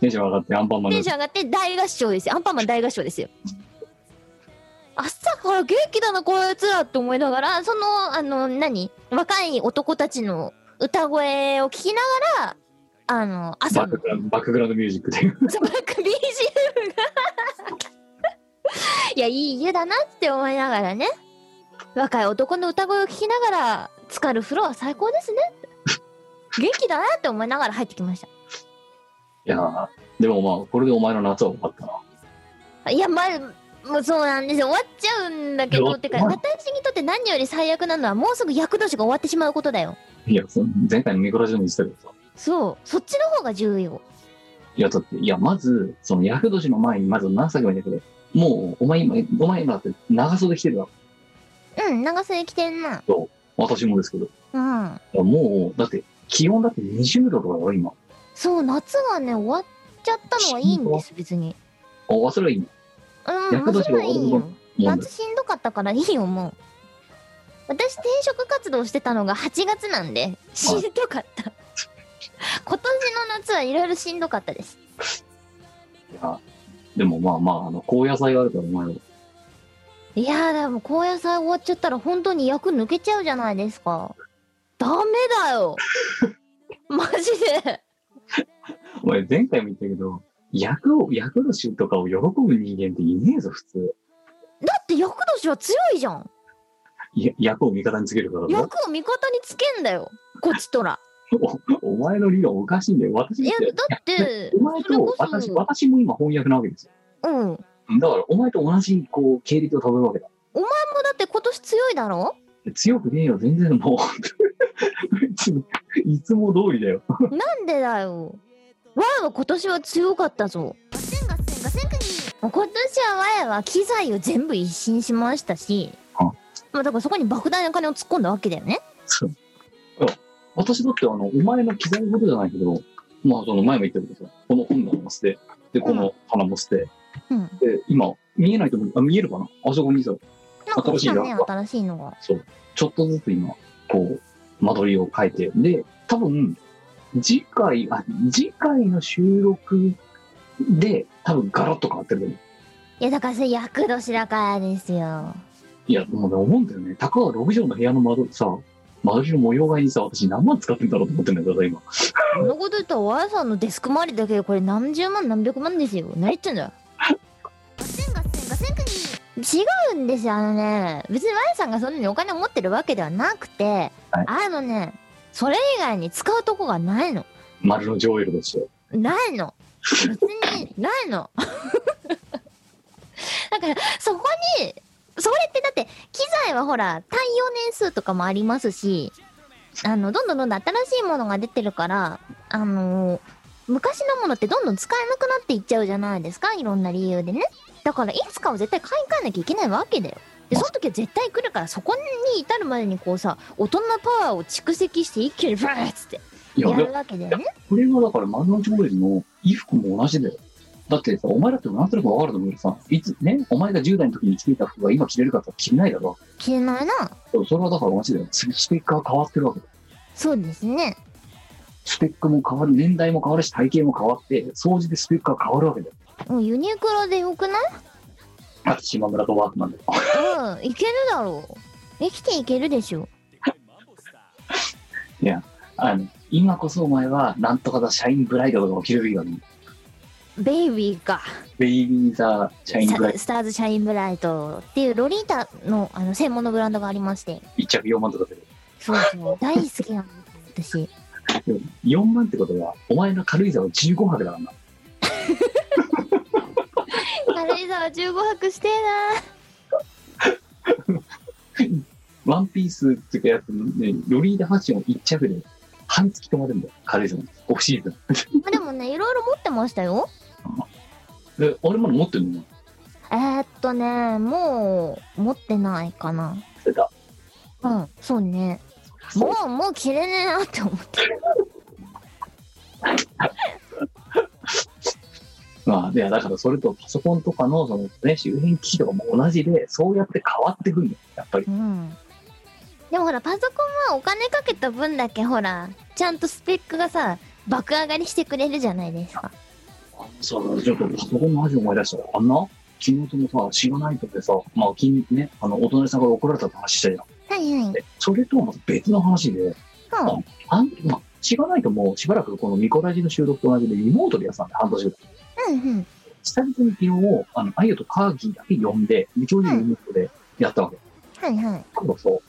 Speaker 3: テンション上がってアンパンマン
Speaker 1: テ
Speaker 3: が
Speaker 1: ンション上がって大合唱ですよアンパンマン大合唱 ですよ朝から元気だなこいつらって思いながらそのあの何若い男たちの歌声を聞きながらあの朝
Speaker 3: バッ
Speaker 1: の
Speaker 3: クグラウンドバックグラウンドミュージックで。
Speaker 1: スバック BGM が いやいい家だなって思いながらね若い男の歌声を聞きながら浸かる風呂は最高ですね元気だなって思いながら入ってきまし
Speaker 3: いやーでもまあ、これでお前の夏は終わったな。
Speaker 1: たいやまあもうそうなんですよ終わっちゃうんだけ
Speaker 3: い
Speaker 1: ど
Speaker 3: や
Speaker 1: ってか
Speaker 3: まあ
Speaker 1: 私にとって何より最悪なのはもうすぐ役年が終わってしまうことだよ
Speaker 3: いや、その前回のミコラジオに言ってたけどさ。
Speaker 1: そうそっちの方が重要
Speaker 3: いや、だって、いや、まず、その、役年の前に、まず何歳か言うんだけど、もう、お前今、お前今だって長袖着てるだろ。
Speaker 1: うん長袖着てんな
Speaker 3: 私もですけど。
Speaker 1: うん
Speaker 3: もう、だって、気温だって20度とかだろ、今。
Speaker 1: そう夏がね終わっちゃったのはいいんです別に
Speaker 3: あ、忘れはいいの
Speaker 1: うん
Speaker 3: 役
Speaker 1: も
Speaker 3: 年
Speaker 1: ちろ
Speaker 3: が
Speaker 1: ん
Speaker 3: 終わる
Speaker 1: いい
Speaker 3: も
Speaker 1: よ
Speaker 3: んもん
Speaker 1: 夏しんどかったからいいよもう私転職活動してたのが8月なんでしんどかった今年の夏はいろいろしんどかったです
Speaker 3: いや、でもまあまあ、あの、高野菜があるから、お前は。
Speaker 1: いやーでも高野菜終わっちゃったら本当に役抜けちゃうじゃないですかダメだよ マジで
Speaker 3: お前、前回も言ったけど、役を、役年とかを喜ぶ人間っていねえぞ、普通。
Speaker 1: だって役年は強いじゃん
Speaker 3: や役を味方につけるからだろ。
Speaker 1: 役を味方につけんだよこっちとら
Speaker 3: おお前の理論おかしいんだよ。私
Speaker 1: い
Speaker 3: だ
Speaker 1: や
Speaker 3: って
Speaker 1: だって
Speaker 3: お前
Speaker 1: それ
Speaker 3: と
Speaker 1: こそ
Speaker 3: 私、私も今翻訳なわけですよ。
Speaker 1: うん
Speaker 3: だから、お前と同じ、こう、経歴をたどるわけだ。
Speaker 1: もうだって今年強いだろ
Speaker 3: 強くねえよ、全然もう。 別にいつも通りだよ。
Speaker 1: なんでだよ。ワイは今年は強かったぞ。ガセンガセンガセンクニ今年はワイは機材を全部一新しましたし、
Speaker 3: あ
Speaker 1: まあだからそこに莫大な金を突っ込んだわけだよね。
Speaker 3: そう私だって、あの、お前の刻むことじゃないけど、まあ、その前も言ったけどさ、この本棚も捨て、で、この棚も捨て、
Speaker 1: うん。なん
Speaker 3: で、今、見えないと思う、あ、見えるかなあそこにさ、
Speaker 1: か
Speaker 3: 新しい
Speaker 1: 来た
Speaker 3: な
Speaker 1: ね、新しいのが。
Speaker 3: そう、ちょっとずつ今、こう、間取りを変えて、で、多分、次回、あ、次回の収録で、多分ガラッと変わってると思う。
Speaker 1: いやだからそれ厄年だからですよ。
Speaker 3: いや、もうね、思うんだよね。たかが6畳の部屋の窓さ、周りの模様替えにさ、私何万使ってんだろうと思ってんだけどさ、今。
Speaker 1: そんなこと言ったら、ワイさんのデスク周りだけでこれ何十万何百万ですよ。何言ってんだよ。違うんですよ、あのね。別にワイさんがそんなにお金を持ってるわけではなくて、
Speaker 3: はい
Speaker 1: あのね、それ以外に使うとこがないの。
Speaker 3: 丸のジョエルとして。
Speaker 1: ないの。別に、ないの。 だから、そこに、それってだって、機材はほら、耐用年数とかもありますし、あの、どんどんどんどん新しいものが出てるから、あの昔のものってどんどん使えなくなっていっちゃうじゃないですか、いろんな理由でね。だから、いつかは絶対買い替えなきゃいけないわけだよ。で、その時は絶対来るから、そこに至るまでにこうさ、大人のパワーを蓄積して一気にバーッつって、
Speaker 3: いや、
Speaker 1: や
Speaker 3: で
Speaker 1: るわけだよね。
Speaker 3: これはだから丸のジョエルの衣服も同じだよ。だってさ、お前だってなんとなくわかると思うけどさ、いつ、ね、お前が10代の時に着ていた服が今着れるかって着れないだろ。
Speaker 1: 着れないな。
Speaker 3: それはだから同じだよ。ススペックが変わってるわけだよ。
Speaker 1: そうですね。
Speaker 3: スペックも変わる、年代も変わるし、体型も変わって、掃除でスペックが変わるわけだよ。
Speaker 1: もうユニクロでよくない
Speaker 3: あと島村とワークマンだよ。
Speaker 1: うん、いけるだろう。生きていけるでしょ。
Speaker 3: あの、今こそお前は、なんとかだ、シャインブライドとかを着れるように、
Speaker 1: ベイビーか。
Speaker 3: ベイビーザ、シャインブラ
Speaker 1: さ
Speaker 3: イド、
Speaker 1: スターズシャインブライトっていうロリータのあの専門のブランドがありまして。
Speaker 3: 一着4万とかで。
Speaker 1: そう そう。大好きなんです私。
Speaker 3: でも4万ってことは、お前の軽井沢は15泊だからな。
Speaker 1: 軽井沢15泊してえ
Speaker 3: ワンピースっていうかやつ、ね、ロリーダファッション1着で、半月泊まるんだよ。軽井沢に。オフシーズン。
Speaker 1: なまあでもね、いろいろ持ってましたよ。
Speaker 3: で、俺まだ持ってるの
Speaker 1: えー、っとね、もう持ってないかな。
Speaker 3: 捨てた。
Speaker 1: うん、そうね。もう、もう着れねえなって思って。
Speaker 3: まあ、いや、だからそれとパソコンとかの、そのね、周辺機器とかも同じで、そうやって変わってくんだよ。やっぱり。
Speaker 1: うん。でもほら、パソコンはお金かけた分だけほら、ちゃんとスペックがさ、爆上がりしてくれるじゃないですか。
Speaker 3: そう、ちょっとパソコンの話を思い出したら、あんな昨日ともさ、知らないとでさ、まあ、きね、あの、お隣さんから怒られたって話したじゃん。
Speaker 1: はいはい。
Speaker 3: でそれとはまた別の話で、
Speaker 1: そう。
Speaker 3: あんまあ、知らないともうしばらくこのミコラジの収録と同じでリモートでやってたんで、半年ぐらい。
Speaker 1: うんうん。
Speaker 3: 久々に昨日、あの、あゆとカーギーだけ呼んで、無調にリモートでやったわけ。
Speaker 1: はいはい。
Speaker 3: だからさ、う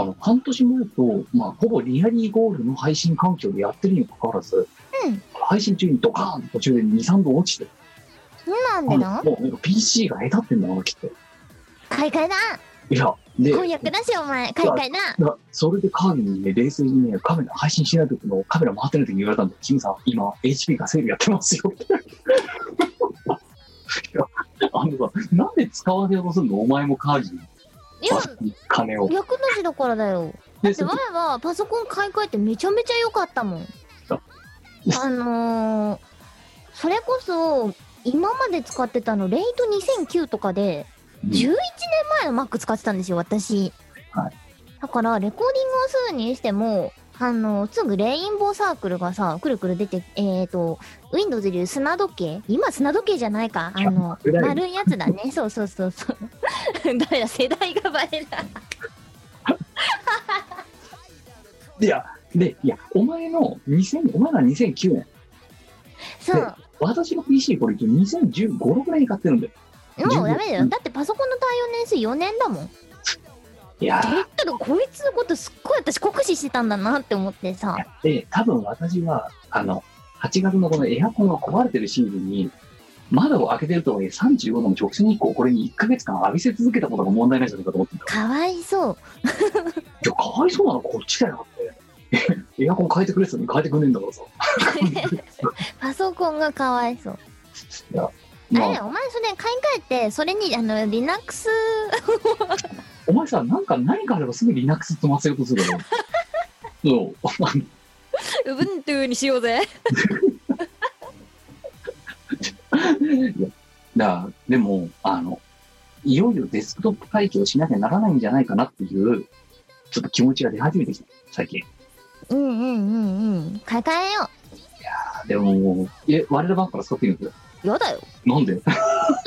Speaker 3: あの、半年前と、まあ、ほぼリアリーゴールの配信環境でやってるにもかかわらず、
Speaker 1: うん
Speaker 3: 配信中にドカーンと途中で2、3度落ちて、
Speaker 1: なんでだ
Speaker 3: もうなんか PC が下手ってんだな、きっと。
Speaker 1: 買い替えだ
Speaker 3: いや、で、
Speaker 1: 翻訳だしお前買い替えだ
Speaker 3: なそれでカービィにね、冷静にね、カメラ、配信しない時のカメラ回ってない時に言われたんで、キムさん、今、HP がセールやってますよって。 いや、あのさ、なんで使わせようとするのお前もカービィ
Speaker 1: いや、
Speaker 3: に金を。
Speaker 1: 役主だからだよ。
Speaker 3: で、
Speaker 1: で、
Speaker 3: そ
Speaker 1: 前はパソコン買い替えてめちゃめちゃ良かったもん
Speaker 3: あ。
Speaker 1: あのー、それこそ、今まで使ってたの、レイト2009とかで、
Speaker 3: うん
Speaker 1: 11年前の Mac 使ってたんですよ、私。
Speaker 3: はい
Speaker 1: だから、レコーディングをするにしても、あの、すぐレインボーサークルがさ、くるくる出て、えっ、ー、と、Windows でいう砂時計今砂時計じゃないか。あの、
Speaker 3: いや
Speaker 1: 丸いやつだ ね。そうそうそうそう。 誰だ、世代がバレた。
Speaker 3: いや、で、いや、お前の2000、お前ら2009年、
Speaker 1: そう。
Speaker 3: 私の PC これ一応2015、6年に買ってるんだよ。
Speaker 1: もうダメだ
Speaker 3: う
Speaker 1: よ。
Speaker 3: ん
Speaker 1: だってパソコンの対応年数4年だもん。だ
Speaker 3: いやー
Speaker 1: ったらこいつのことすっごい私酷使してたんだなって思ってさ。
Speaker 3: で、多分私は、あの、8月のこのエアコンが壊れてるシーズンに、窓を開けてるとはいえ35度の直射日光をこれに1ヶ月間浴びせ続けたことが問題ないんじゃないかと思ってんだ。
Speaker 1: かわいそう。
Speaker 3: いや、かわいそうなのこっちだよって。 エアコン変えてくれてたのに変えてくんねえんだからさ。
Speaker 1: パソコンがかわいそう。あれ
Speaker 3: ま
Speaker 1: だ
Speaker 3: あ、
Speaker 1: よお前それ買い替えてそれにあの Linux
Speaker 3: お前さ、なんか何かあればすぐ Linux 積ませようとするだろ。 そう。
Speaker 1: Ubuntu にしようぜ
Speaker 3: だからでも、あの、いよいよデスクトップ会議をしなきゃならないんじゃないかなっていう、ちょっと気持ちが出始めてきた、最近。
Speaker 1: うんうんうんうん買い替えよ
Speaker 3: でも、え、我らばっから使っていいの
Speaker 1: うやだよ
Speaker 3: なんで
Speaker 1: だ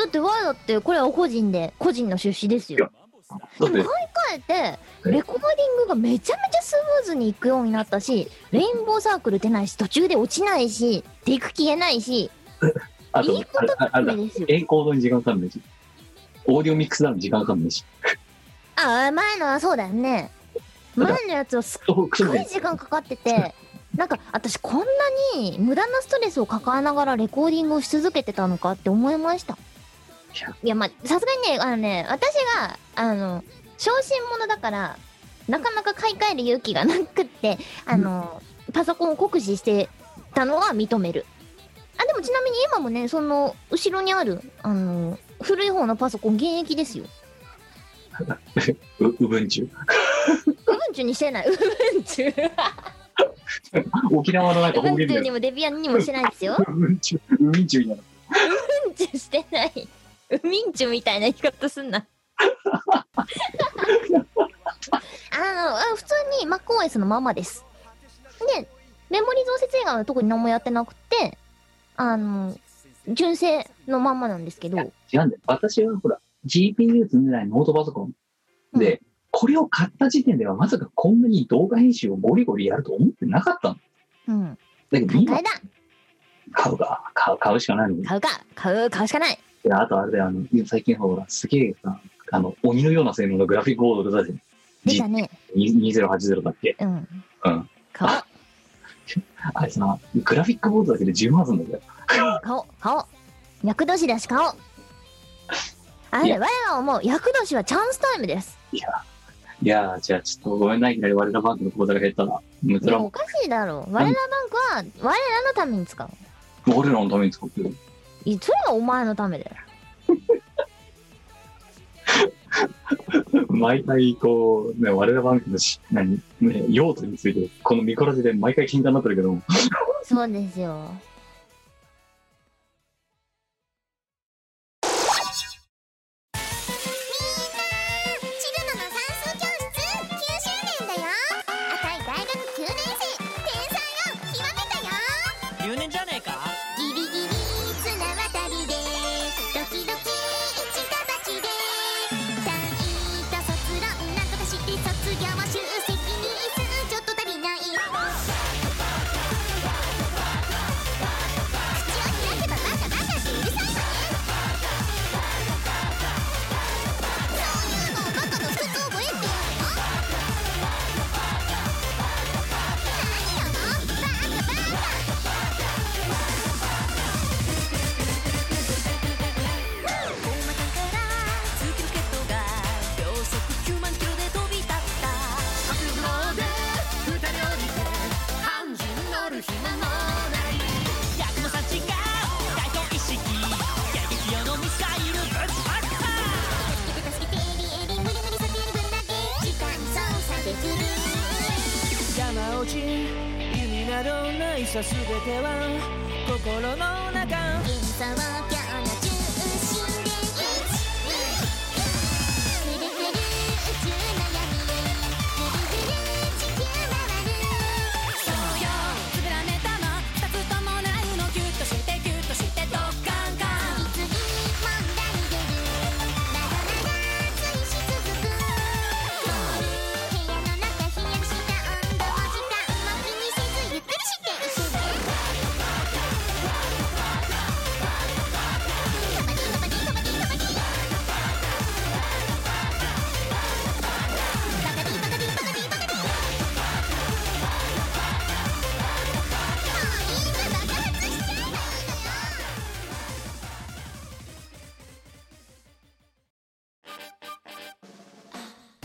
Speaker 1: ってわだってこれは個人で個人の出資ですよ
Speaker 3: だっ
Speaker 1: でも買い
Speaker 3: て
Speaker 1: 替えて、レコーディングがめちゃめちゃスムーズにいくようになったし、レインボーサークル出ないし、途中で落ちないし、ディク消えないし、
Speaker 3: あ
Speaker 1: い
Speaker 3: と
Speaker 1: いこ、と
Speaker 3: あれあれ
Speaker 1: だ
Speaker 3: だ
Speaker 1: け、ですよ。
Speaker 3: エンコードに時間かかんないし、オーディオミックスダウンに時間かかんないし、
Speaker 1: ああ、前のはそうだよね。前のやつはすっ
Speaker 3: そう、そう
Speaker 1: ご
Speaker 3: で
Speaker 1: い時間かかってて、 なんか私こんなに無駄なストレスを抱えながらレコーディングをし続けてたのかって思いました。
Speaker 3: いや
Speaker 1: いや、まあ、さすがにね、あのね、私が、あの、小心者だから、なかなか買い替える勇気がなくって、あの、パソコンを酷使してたのは認める。あ、でもちなみに今もね、その、後ろにある、あの、古い方のパソコン現役です よ。
Speaker 3: う、うぶんちゅう。
Speaker 1: ウブンチュにしてない。ウブンチュ。
Speaker 3: 沖縄のなんか
Speaker 1: ウブ
Speaker 3: 方
Speaker 1: ンチ
Speaker 3: 言
Speaker 1: ュ
Speaker 3: で
Speaker 1: に、もデビアンにもしてないですよ。
Speaker 3: うぶんちゅう、うみんちゅうになる。
Speaker 1: ウブンチュしてない。ウミンチュみたいな言い方すんな。あのあ、普通に MacOS のままです。で、メモリ増設以外は特に何もやってなくて、あの、純正のまんまなんですけど、
Speaker 3: 違うんだよ。私はほら、GPU 積んでないノートパソコンで、これを買った時点ではまさかこんなに動画編集をゴリゴリやると思ってなかったの。
Speaker 1: うん。
Speaker 3: だけど
Speaker 1: 買い替
Speaker 3: 今
Speaker 1: えだ
Speaker 3: 買うか、買う買うしかないの
Speaker 1: 買うか買う、買うしかない
Speaker 3: であとあれだよ、あの、最近ほら、すげえさ、あの、鬼のような性能のグラフィックボードが出た
Speaker 1: 出
Speaker 3: じ
Speaker 1: たね。
Speaker 3: 2080だっけ
Speaker 1: うん。
Speaker 3: うん。
Speaker 1: 買おう
Speaker 3: あれさ、グラフィックボードだけで10万すんだよ。
Speaker 1: 買おう買おう厄年だし買おうあ
Speaker 3: い
Speaker 1: れ
Speaker 3: や
Speaker 1: 我らはもう厄年はチャンスタイムです
Speaker 3: いやー、じゃあちょっとごめんない、いきなり我らバンクの口座が減ったら、むつ
Speaker 1: で
Speaker 3: ら
Speaker 1: もお
Speaker 3: も、
Speaker 1: かしいだろう我らバンクは我らのために使う
Speaker 3: 俺らのために使ってる。
Speaker 1: いやそれはお前のためだよ
Speaker 3: 毎回、こう、ね、我らバンクのし、何、ね、用途について、この見こらしで毎回喧嘩になってるけども、
Speaker 1: そうですよ
Speaker 4: チルノの算数教室9周年だよ赤い大学9年生天才を極めたよ
Speaker 5: 留年じゃねえか
Speaker 4: ギリギリ綱渡りでドキドキ一か八で単位と卒論なんとかして卒業は集積に数ちょっと足りない口を開けばバカバカってうるさいわねそういうのをバカの靴覚えてんの何よバカバカ大股から突き抜けとが秒速9万キロで飛び立った白鵬で二人降りて半人乗る暇もない
Speaker 5: 百の幸が大統一式撃用のミサイルぶちまった
Speaker 4: 助けて助けてエリエリ無理無理避ける分だけ時間操作できる
Speaker 5: 山落ち弓などないさすべては心の中
Speaker 4: 幻想郷の中心で1ぐるぐる宇宙悩みぐるぐる地球回る
Speaker 5: そうよつぶらねたま二つともないのギュッとしてギュッとしてドッカンカ
Speaker 4: 「いつにもなり得る」「まだまだ追し続く」「このままじゃ終わらない」
Speaker 5: ン
Speaker 4: 「部屋の中ひやした温度も時間も気にせずゆっくりしていくね」「カバディカバディカバディカバディ」「バカディバカディバカディバカディ」「もういいわ爆発しちゃえばいいのよ」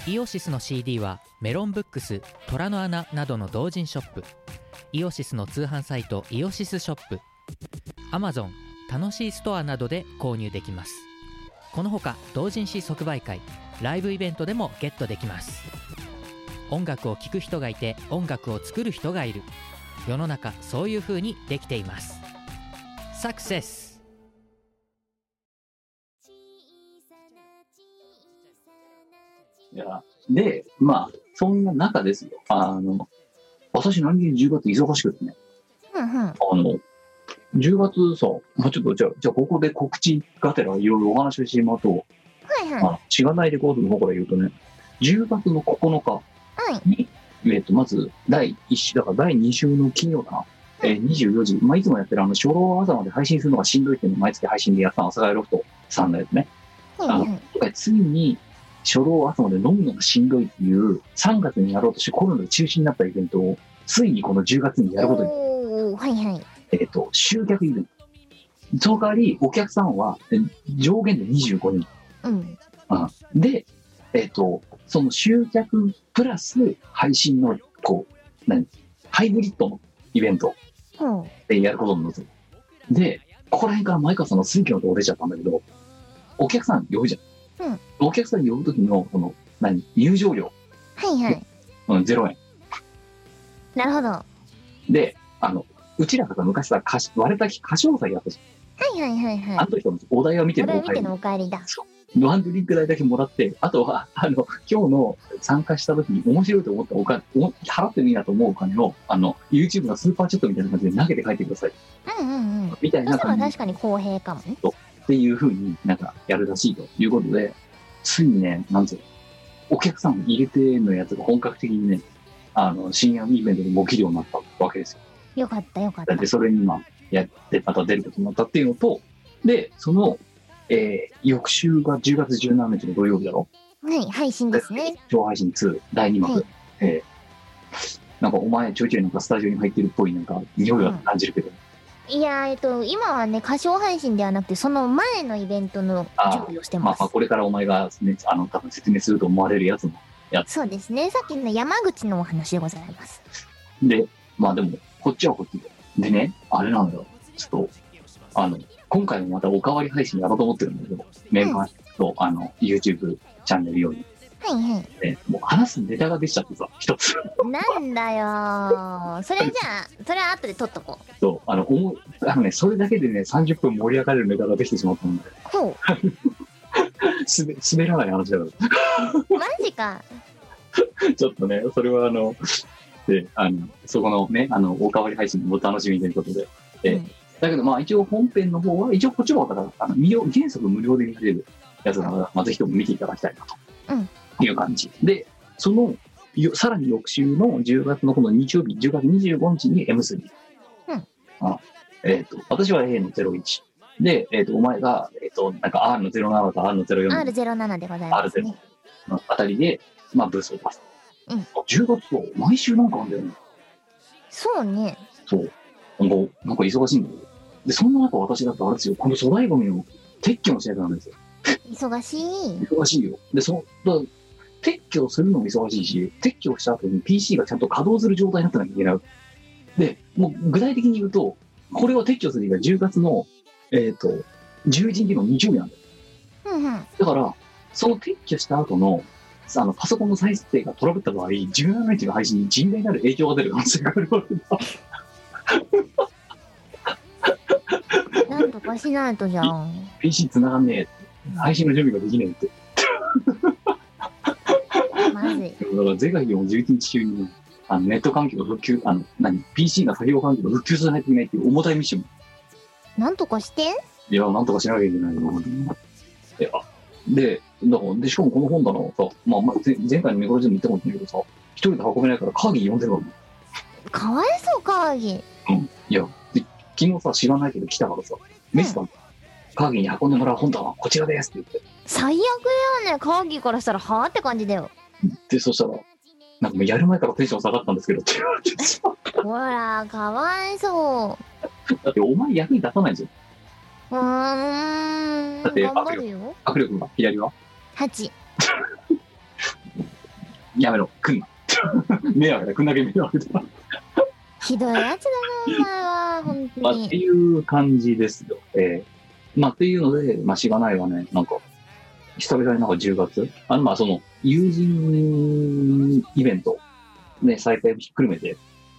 Speaker 6: イオシスの CD はメロンブックス、虎の穴などの同人ショップイオシスの通販サイトイオシスショップ Amazon、楽しいストアなどで購入できますこのほか同人誌即売会、ライブイベントでもゲットできます音楽を聴く人がいて音楽を作る人がいる世の中そういう風にできていますサクセス
Speaker 3: いや、で、まあ、そんな中ですよ。あの、私何気に10月忙しくてね、
Speaker 1: うんうん
Speaker 3: あの、10月さ、まあ、ちょっとじゃあ、じゃあここで告知がてらいろいろお話をしてしまうと、
Speaker 1: はい
Speaker 3: あ
Speaker 1: はい
Speaker 3: のしがないレコードの方から言うとね、 10月の9日に、えっ、と、まず、第1週、だから第2週の金曜だな。えー24時、まあ、いつもやってるあの、初老朝まで配信するのがしんどいっていうのを毎月配信でやったの、朝佐ヶ谷ロフトさんのやつね。
Speaker 1: はいはい。
Speaker 3: 今回ついに、初老朝まで飲むのがしんどいっていう、3月にやろうとしてコロナで中止になったイベントを、ついにこの10月にやることに、
Speaker 1: おー、はいはい。
Speaker 3: えっ、と、集客イベント。その代わり、お客さんは、え上限で25人。
Speaker 1: うん。
Speaker 3: で、えっ、と、その集客プラス配信の、こう、何ハイブリッドのイベント
Speaker 1: ほう。
Speaker 3: でやることになってるで、ここら辺から前川さんの推挙のとこ出ちゃったんだけど、お客さん呼ぶじゃん。
Speaker 1: うん
Speaker 3: お客さん呼ぶ時の、その、何入場料、
Speaker 1: はいはい。
Speaker 3: うん、0円。
Speaker 1: なるほど。は
Speaker 3: で、あの、うちらがさ昔さ、貸し割れた歌唱祭やったじ
Speaker 1: いはいはい
Speaker 3: ゃん。あ
Speaker 1: は
Speaker 3: の時のお題を見
Speaker 1: い。
Speaker 3: て
Speaker 1: お
Speaker 3: る
Speaker 1: 題
Speaker 3: お
Speaker 1: 見て
Speaker 3: 題
Speaker 1: のお帰りだ。
Speaker 3: ワンドリンク代だけもらって、あとは、あの、今日の参加した時に面白いと思ったお金、お払ってもいいなと思うお金を、あの、YouTube のスーパーチャットみたいな感じで投げて帰ってください。
Speaker 1: うんうんうん。
Speaker 3: みたい
Speaker 1: そ
Speaker 3: な
Speaker 1: したら
Speaker 3: 感じ
Speaker 1: 確かに公平かもね。
Speaker 3: っていう風になんかやるらしいということで、ついにね、なんつうのお客さん入れてのやつが本格的にね、あの、深夜イベントでも起きるようになったわけですよ
Speaker 1: よかったよかっ
Speaker 3: だ
Speaker 1: た
Speaker 3: って。それに今やってまた出ることになったっていうのと、で、その、えー翌週が10月17日の土曜日だろ
Speaker 1: はい、配信ですね。
Speaker 3: 超配信2第2幕。
Speaker 1: はい
Speaker 3: えーなんかお前ちょいちょいなんかスタジオに入ってるっぽいなんか匂いが感じるけど、
Speaker 1: いやー、えっと、今はね、歌唱配信ではなくて、その前のイベントの準備をして
Speaker 3: ま
Speaker 1: ま
Speaker 3: あ
Speaker 1: す
Speaker 3: まあ。これからお前が、ね、あの多分説明すると思われるやつの。
Speaker 1: そうですね。さっきの山口のお話でございます。
Speaker 3: で、まあでもこっちはこっちで。でね、あれなんだよ。ちょっと、あの、今回もまたおかわり配信やろうと思ってるんだけど、メンバーとあの YouTube チャンネル用に。
Speaker 1: はいはい。
Speaker 3: ね、もう話すネタができちゃってさ、一つ。
Speaker 1: なんだよー。それじゃあ、それは後で撮っとこう。
Speaker 3: そう、あの、思うあのね、それだけでね、30分盛り上がれるネタができてしまったので、
Speaker 1: ほ
Speaker 3: すべ、滑らない話だか
Speaker 1: う。マジか。
Speaker 3: ら、 ちょっとね、それはあの、で、あの、そこのね、あの、おかわり配信もお楽しみということで。え
Speaker 1: うん
Speaker 3: だけど、まあ一応本編の方は、一応こっちもだから、あの、無料、原則無料で見られるやつなので、まあぜひとも見ていただきたいなと。
Speaker 1: うん
Speaker 3: いう感じ。で、その、よさらに翌週の10月のこの日曜日、10月25日に M3。
Speaker 1: うん
Speaker 3: あえっ、と、私は A の01。で、えっ、と、お前が、えっ、と、なんか R の07と R の04の
Speaker 1: R07 でございますね。
Speaker 3: のあたりで、まあブースを出す。
Speaker 1: うん
Speaker 3: あ10月は毎週なんかあるんだよね。
Speaker 1: そうね。
Speaker 3: そう。もう、なんか忙しいんだよ。で、そんな中私だってあれですよ、この粗大ゴミを撤去もしないとダメですよ。
Speaker 1: 忙しい。
Speaker 3: 忙しいよ。で、その、だ撤去するのも忙しいし、撤去した後に PC がちゃんと稼働する状態になってなきゃいけない。で、もう具体的に言うと、これを撤去するには10月の、えっ、と、11日の日曜日なんだよ。
Speaker 1: うんうん。
Speaker 3: だから、その撤去した後の、さあの、パソコンの再設定がトラブった場合、17日の配信に甚大なる影響が出る可能性があるわけだ。
Speaker 1: なんとかしないとじゃん。
Speaker 3: PC 繋がんねえ。配信の準備ができねえって。
Speaker 1: まずい。
Speaker 3: だから、ゼガヒも11日中にね、あのネット環境の復旧、あの、何 ?PC が作業環境を復旧させないといけないっていう重たいミッション。
Speaker 1: なんとかして。
Speaker 3: いや、なんとかしなきゃいけないな。で、あ、で、だから、で、しかもこの本棚はさ、まあ、まあ、前前回のメコロジでも言ったことないけどさ、一人で運べないから鍵読んでるわけ。
Speaker 1: かわいそう、カーギ。
Speaker 3: いや、で昨日さ、知らないけど来たからさ、ミスター、鍵に運んでもらう本棚はこちらですって言って。
Speaker 1: 最悪だよね。カーギからしたら、はあって感じだよ。
Speaker 3: で、そしたら、なんかもうやる前からテンション下がったんですけどって 言われてさ
Speaker 1: ほら、かわいそう。
Speaker 3: だってお前役に立たないじゃん。
Speaker 1: うーん。
Speaker 3: だって
Speaker 1: 頑張るよ。
Speaker 3: 握力が、左は。
Speaker 1: 8。
Speaker 3: やめろ、くんな。 迷惑だ、くんだけ迷惑だ。
Speaker 1: ひどいやつだな、お前は。本
Speaker 3: ま
Speaker 1: 当
Speaker 3: あ、って
Speaker 1: に。
Speaker 3: いう感じですよ。えーまあ、っていうので、まあ、しがないはね、なんか、久々になんか10月、あの、まあ、その、友人イベント、ね、再開もひっくるめて、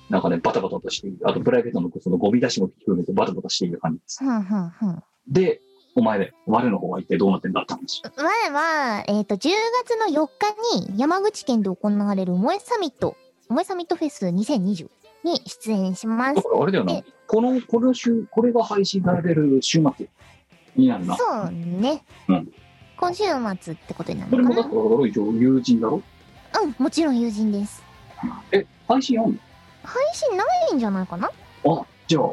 Speaker 3: なんかね、バタバタとしている。あと、プライベートのそのゴミ出しもひっくるめて、バタバタしている感じです。
Speaker 1: ふんふんふん。
Speaker 3: で、お前で、我の方は一体どうなってんだって話。
Speaker 1: 前は、えっ、と、10月の4日に山口県で行われる萌えサミット、萌えサミットフェス2020に出演します
Speaker 3: だ。から、あれだよな
Speaker 1: え、
Speaker 3: この、この週、これが配信されてる週末になるな。
Speaker 1: そうね。
Speaker 3: うん
Speaker 1: 今週末ってことになる
Speaker 3: そ
Speaker 1: の
Speaker 3: れもだ
Speaker 1: か
Speaker 3: から、一応友人だろ
Speaker 1: なうん、もちろん友人です。
Speaker 3: え、配信あん
Speaker 1: 配信ないんじゃないかな
Speaker 3: のあ、じゃあ、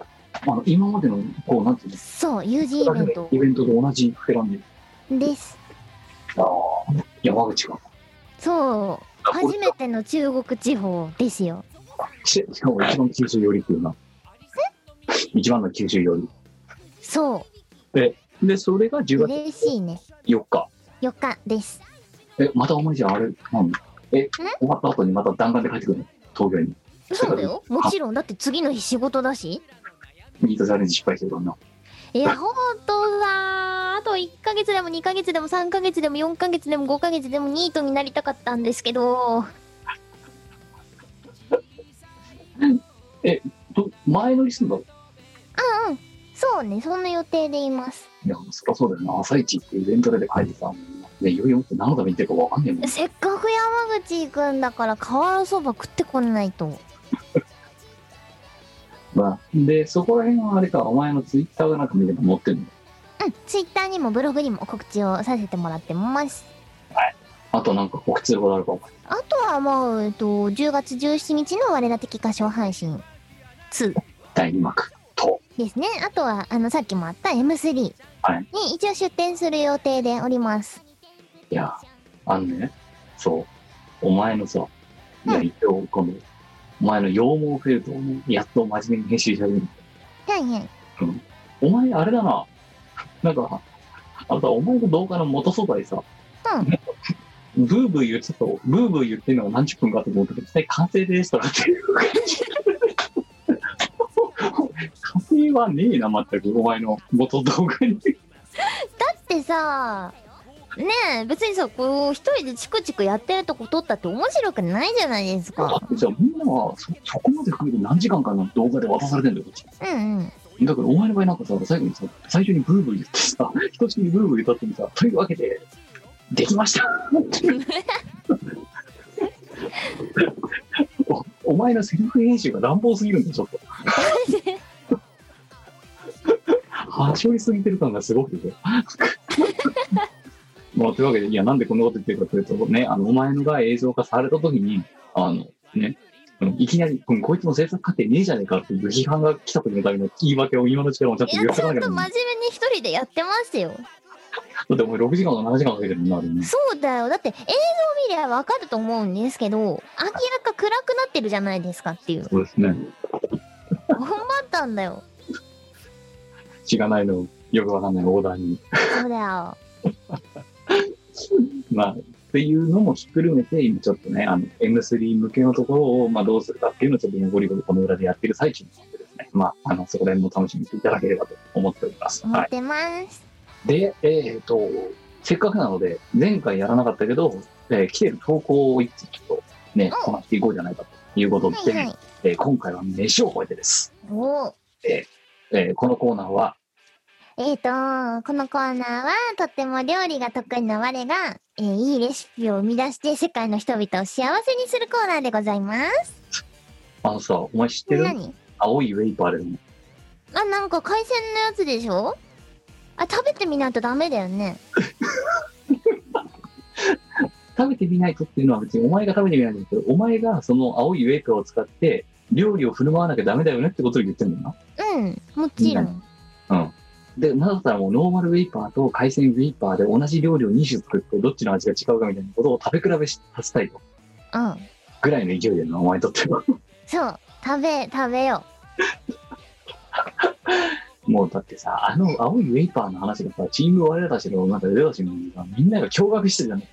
Speaker 3: あの、今までの、こう、なんていうの
Speaker 1: そう、友人イベント
Speaker 3: イベントと同じフェランで。
Speaker 1: です。
Speaker 3: ああ、山口か。
Speaker 1: そう、
Speaker 3: あ
Speaker 1: 初めての中国地方ですよ。
Speaker 3: ししかも一番九州寄りっていうな。一番の九州寄り。
Speaker 1: そ
Speaker 3: で、それが
Speaker 1: う、
Speaker 3: 10
Speaker 1: 嬉しいね。
Speaker 3: 月4日。
Speaker 1: 4日です。
Speaker 3: え、またお前じゃああれ、なんえ、終わった後にまた弾丸で帰ってくるの東京に。
Speaker 1: そうだよ。もちろん、だって次の日仕事だし。
Speaker 3: ミートチャレンジ失敗してるからな。
Speaker 1: いや、ほんとだー。あと1ヶ月でも2ヶ月でも3ヶ月でも4ヶ月でも5ヶ月でもニートになりたかったんですけど、
Speaker 3: と前乗りすんだろ
Speaker 1: そうね、そんな予定でいます。
Speaker 3: いや、そりゃそうだよな。朝一っていうイベントで帰ってさ、もうね、いよいよって何のために行ってるかわかんねえもん。
Speaker 1: せっかく山口行くんだから瓦そば食ってこないと。
Speaker 3: まあ、で、そこら辺はあれか、お前のツイッターがなんか見れば持ってるの。
Speaker 1: うん、ツイッターにもブログにも告知をさせてもらってます。
Speaker 3: あとなんか告知することあるか、お前。
Speaker 1: あとはもう、えっと、10月17日の我ら的歌唱配信2
Speaker 3: 第2幕と。
Speaker 1: ですね。あとは、あの、さっきもあった M3 に
Speaker 3: はい
Speaker 1: 一応出展する予定でおります。
Speaker 3: いや、あのね、そう、お前のさ、いや、一応、この、お前の羊毛フェルトをね、やっと真面目に編集し始める。
Speaker 1: はいはい。
Speaker 3: お前、あれだな、なんか、あのさ、お前の動画の元素材さ、
Speaker 1: うん
Speaker 3: ブーブー言ってたと、ブーブー言ってるのが何十分かと思ったけど、実際完成ですとかっていう感じ。 完成はねえな、全く、お前の元動画に。
Speaker 1: ってさねえ別にさこう一人でチクチクやってるとこ撮ったって面白くないじゃないです
Speaker 3: だ
Speaker 1: か
Speaker 3: ってさ、みんなはそ、そこまで含めて何時間かの動画で渡されてんだよ、こっち。
Speaker 1: うんうん
Speaker 3: だからお前の場合なんかさ、最後にさ、最初にブーブー言ってさ、人しきりブーブー言ったってにさ、というわけで、できました おお前のセリフ編集が乱暴すぎるんだよ、ちょっと。はしょりすぎてる感がすごくて。まあ、というわけで、いや、なんでこんなこと言ってるかというと、ね、あの、お前のが映像化された時に、あの、ね、うんいきなり、うんこいつの制作過程ねえじゃねえかっていう批判が来た時のための言い訳を今の力をちゃんと
Speaker 1: い
Speaker 3: 言
Speaker 1: や
Speaker 3: わせ
Speaker 1: ちゃ
Speaker 3: なんきゃ
Speaker 1: と真面
Speaker 3: な
Speaker 1: 目
Speaker 3: ら
Speaker 1: に一人でやってますよ
Speaker 3: だってお前6時間とか7時間かけてるもんな、あれね。
Speaker 1: そうだよだって映像見りゃわかると思うんですけど明らか暗くなってるじゃないですかっていう
Speaker 3: そうですね。
Speaker 1: 頑張ったんだよ
Speaker 3: しがないの、よくわかんないオーダーに。
Speaker 1: そうだよ
Speaker 3: まあ、っていうのもひっくるめて、今ちょっとね、あの、M3 向けのところを、まあどうするかっていうのをちょっと今ゴリゴリこの裏でやってる最中なのでですね、まあ、あの、そこら辺も楽しみにしていただければと思っております。
Speaker 1: 思
Speaker 3: は
Speaker 1: っ
Speaker 3: い。
Speaker 1: てます、
Speaker 3: で、えっ、と、せっかくなので、前回やらなかったけど、えー来てる投稿をいつちょっとね、
Speaker 1: うん
Speaker 3: こなしていこうじゃないかということで、
Speaker 1: はいはい
Speaker 3: えー今回は飯を超えてです。
Speaker 1: おー
Speaker 3: えーこのコーナーは、
Speaker 1: えーと、このコーナーはとっても料理が得意な我が、えーいいレシピを生み出して世界の人々を幸せにするコーナーでございます。
Speaker 3: あのさ、お前知ってる
Speaker 1: 何
Speaker 3: 青いウェイパーでも
Speaker 1: あ、なんか海鮮のやつでしょあ、食べてみないとダメだよね。
Speaker 3: 食べてみないとっていうのは別にお前が食べてみないんだけど、お前がその青いウェイパーを使って料理を振る舞わなきゃダメだよねってことを言ってるんだよ
Speaker 1: うん、もちろん。
Speaker 3: な。うん。で、なんだったらもうノーマルウェイパーと海鮮ウェイパーで同じ料理を2種作ってどっちの味が違うかみたいなことを食べ比べしさせたいと。
Speaker 1: うん。
Speaker 3: ぐらいの勢いでな、お前にとっては。
Speaker 1: そう、食べ、食べよ
Speaker 3: もうだってさ、あの青いウェイパーの話がさ、チーム我らたちのなんか出だしのさ、みんなが驚愕してたじゃない。
Speaker 1: う。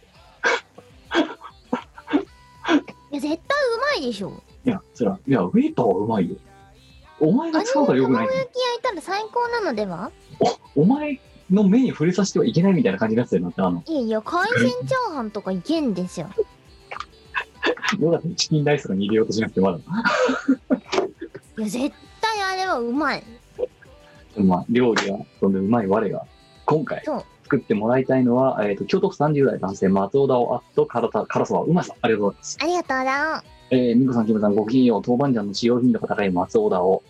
Speaker 1: いや、絶対うまいでしょ。
Speaker 3: いや、そら、いや、ウェイパーはうまいよ。お前
Speaker 1: あ
Speaker 3: が
Speaker 1: れ
Speaker 3: 使う
Speaker 1: を
Speaker 3: からよ
Speaker 1: 卵
Speaker 3: くない
Speaker 1: 焼。き焼いたら最高なのでは
Speaker 3: お前の目に触れさせてはいけないみたいな感じになってるなって、あの、
Speaker 1: いやいや、海鮮チャーハンとかいけんです よ。
Speaker 3: よかったらチキンライスとかに入れようとしなくてまだ。
Speaker 1: いや、絶対あれはうまい。
Speaker 3: まあ、料理が、そのうまい我が、今回
Speaker 1: そう、
Speaker 3: 作ってもらいたいのは、えっ、と、京都府30代男性、松尾田をあっと、からた、からそば、うまさ、ありがとうございます。
Speaker 1: ありがとうだ
Speaker 3: えー、みこさん、きむさん、ごきげんよう、豆板醤の使用頻度が高い松尾田を。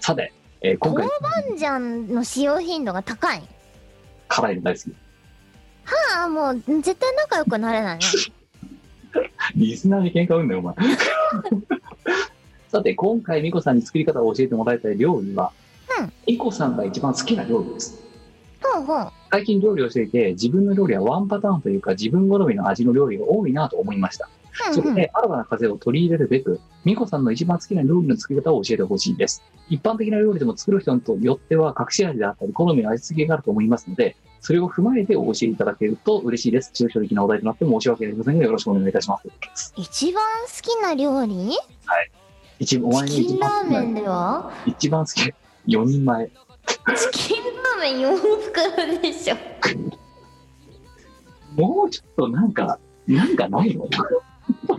Speaker 3: さて、えー今回、
Speaker 1: お。パンジャンの使用頻度が高い。
Speaker 3: 辛いの大好き。
Speaker 1: ああ、もう、絶対仲良くなれ ないね。
Speaker 3: リスナーに喧嘩売んなよ、お前。さて、今回、ミコさんに作り方を教えてもらいたい料理は、
Speaker 1: うん
Speaker 3: ミコさんが一番好きな料理です。
Speaker 1: ほうほう。
Speaker 3: 最近料理をしていて、自分の料理はワンパターンというか、自分好みの味の料理が多いなと思いました。そ
Speaker 1: うんう
Speaker 3: こ
Speaker 1: ん。
Speaker 3: で、新たな風を取り入れるべく、ミコさんの一番好きな料理の作り方を教えてほしいです。一般的な料理でも作る人によっては、隠し味であったり、好みの味付けがあると思いますので、それを踏まえてお教えいただけると嬉しいです。抽象的なお題となって申し訳ありませんが、よろしくお願いいたします。
Speaker 1: 一番好きな料理
Speaker 3: 一番お
Speaker 1: チ
Speaker 3: 前の
Speaker 1: キ
Speaker 3: 一
Speaker 1: ンラ
Speaker 3: 番
Speaker 1: ー
Speaker 3: 好きな
Speaker 1: メンでは
Speaker 3: 一番好き4人前
Speaker 1: チキンラーメン4袋でしょ。
Speaker 3: もうちょっとなんかなんかないの
Speaker 1: 料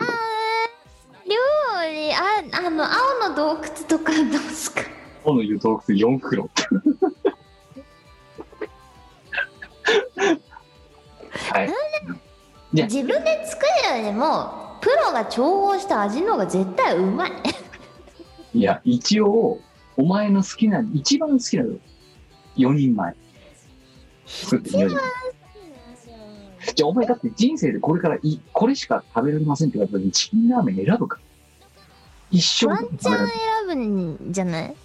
Speaker 1: 理、あ、あの、青の洞窟とかどうすか
Speaker 3: この言う洞窟4袋はいいや
Speaker 1: 自分で作るよりも、プロが調合した味の方が絶対うまい。
Speaker 3: いや一応お前の好きな一番好きなの4人前作ってみようじゃあお前だって人生でこれからいこれしか食べられませんって言われた時にチキンラーメン選ぶか一生
Speaker 1: ワ
Speaker 3: 食
Speaker 1: ン
Speaker 3: べ
Speaker 1: チャ
Speaker 3: られ
Speaker 1: ン
Speaker 3: ない
Speaker 1: 選ぶんじゃない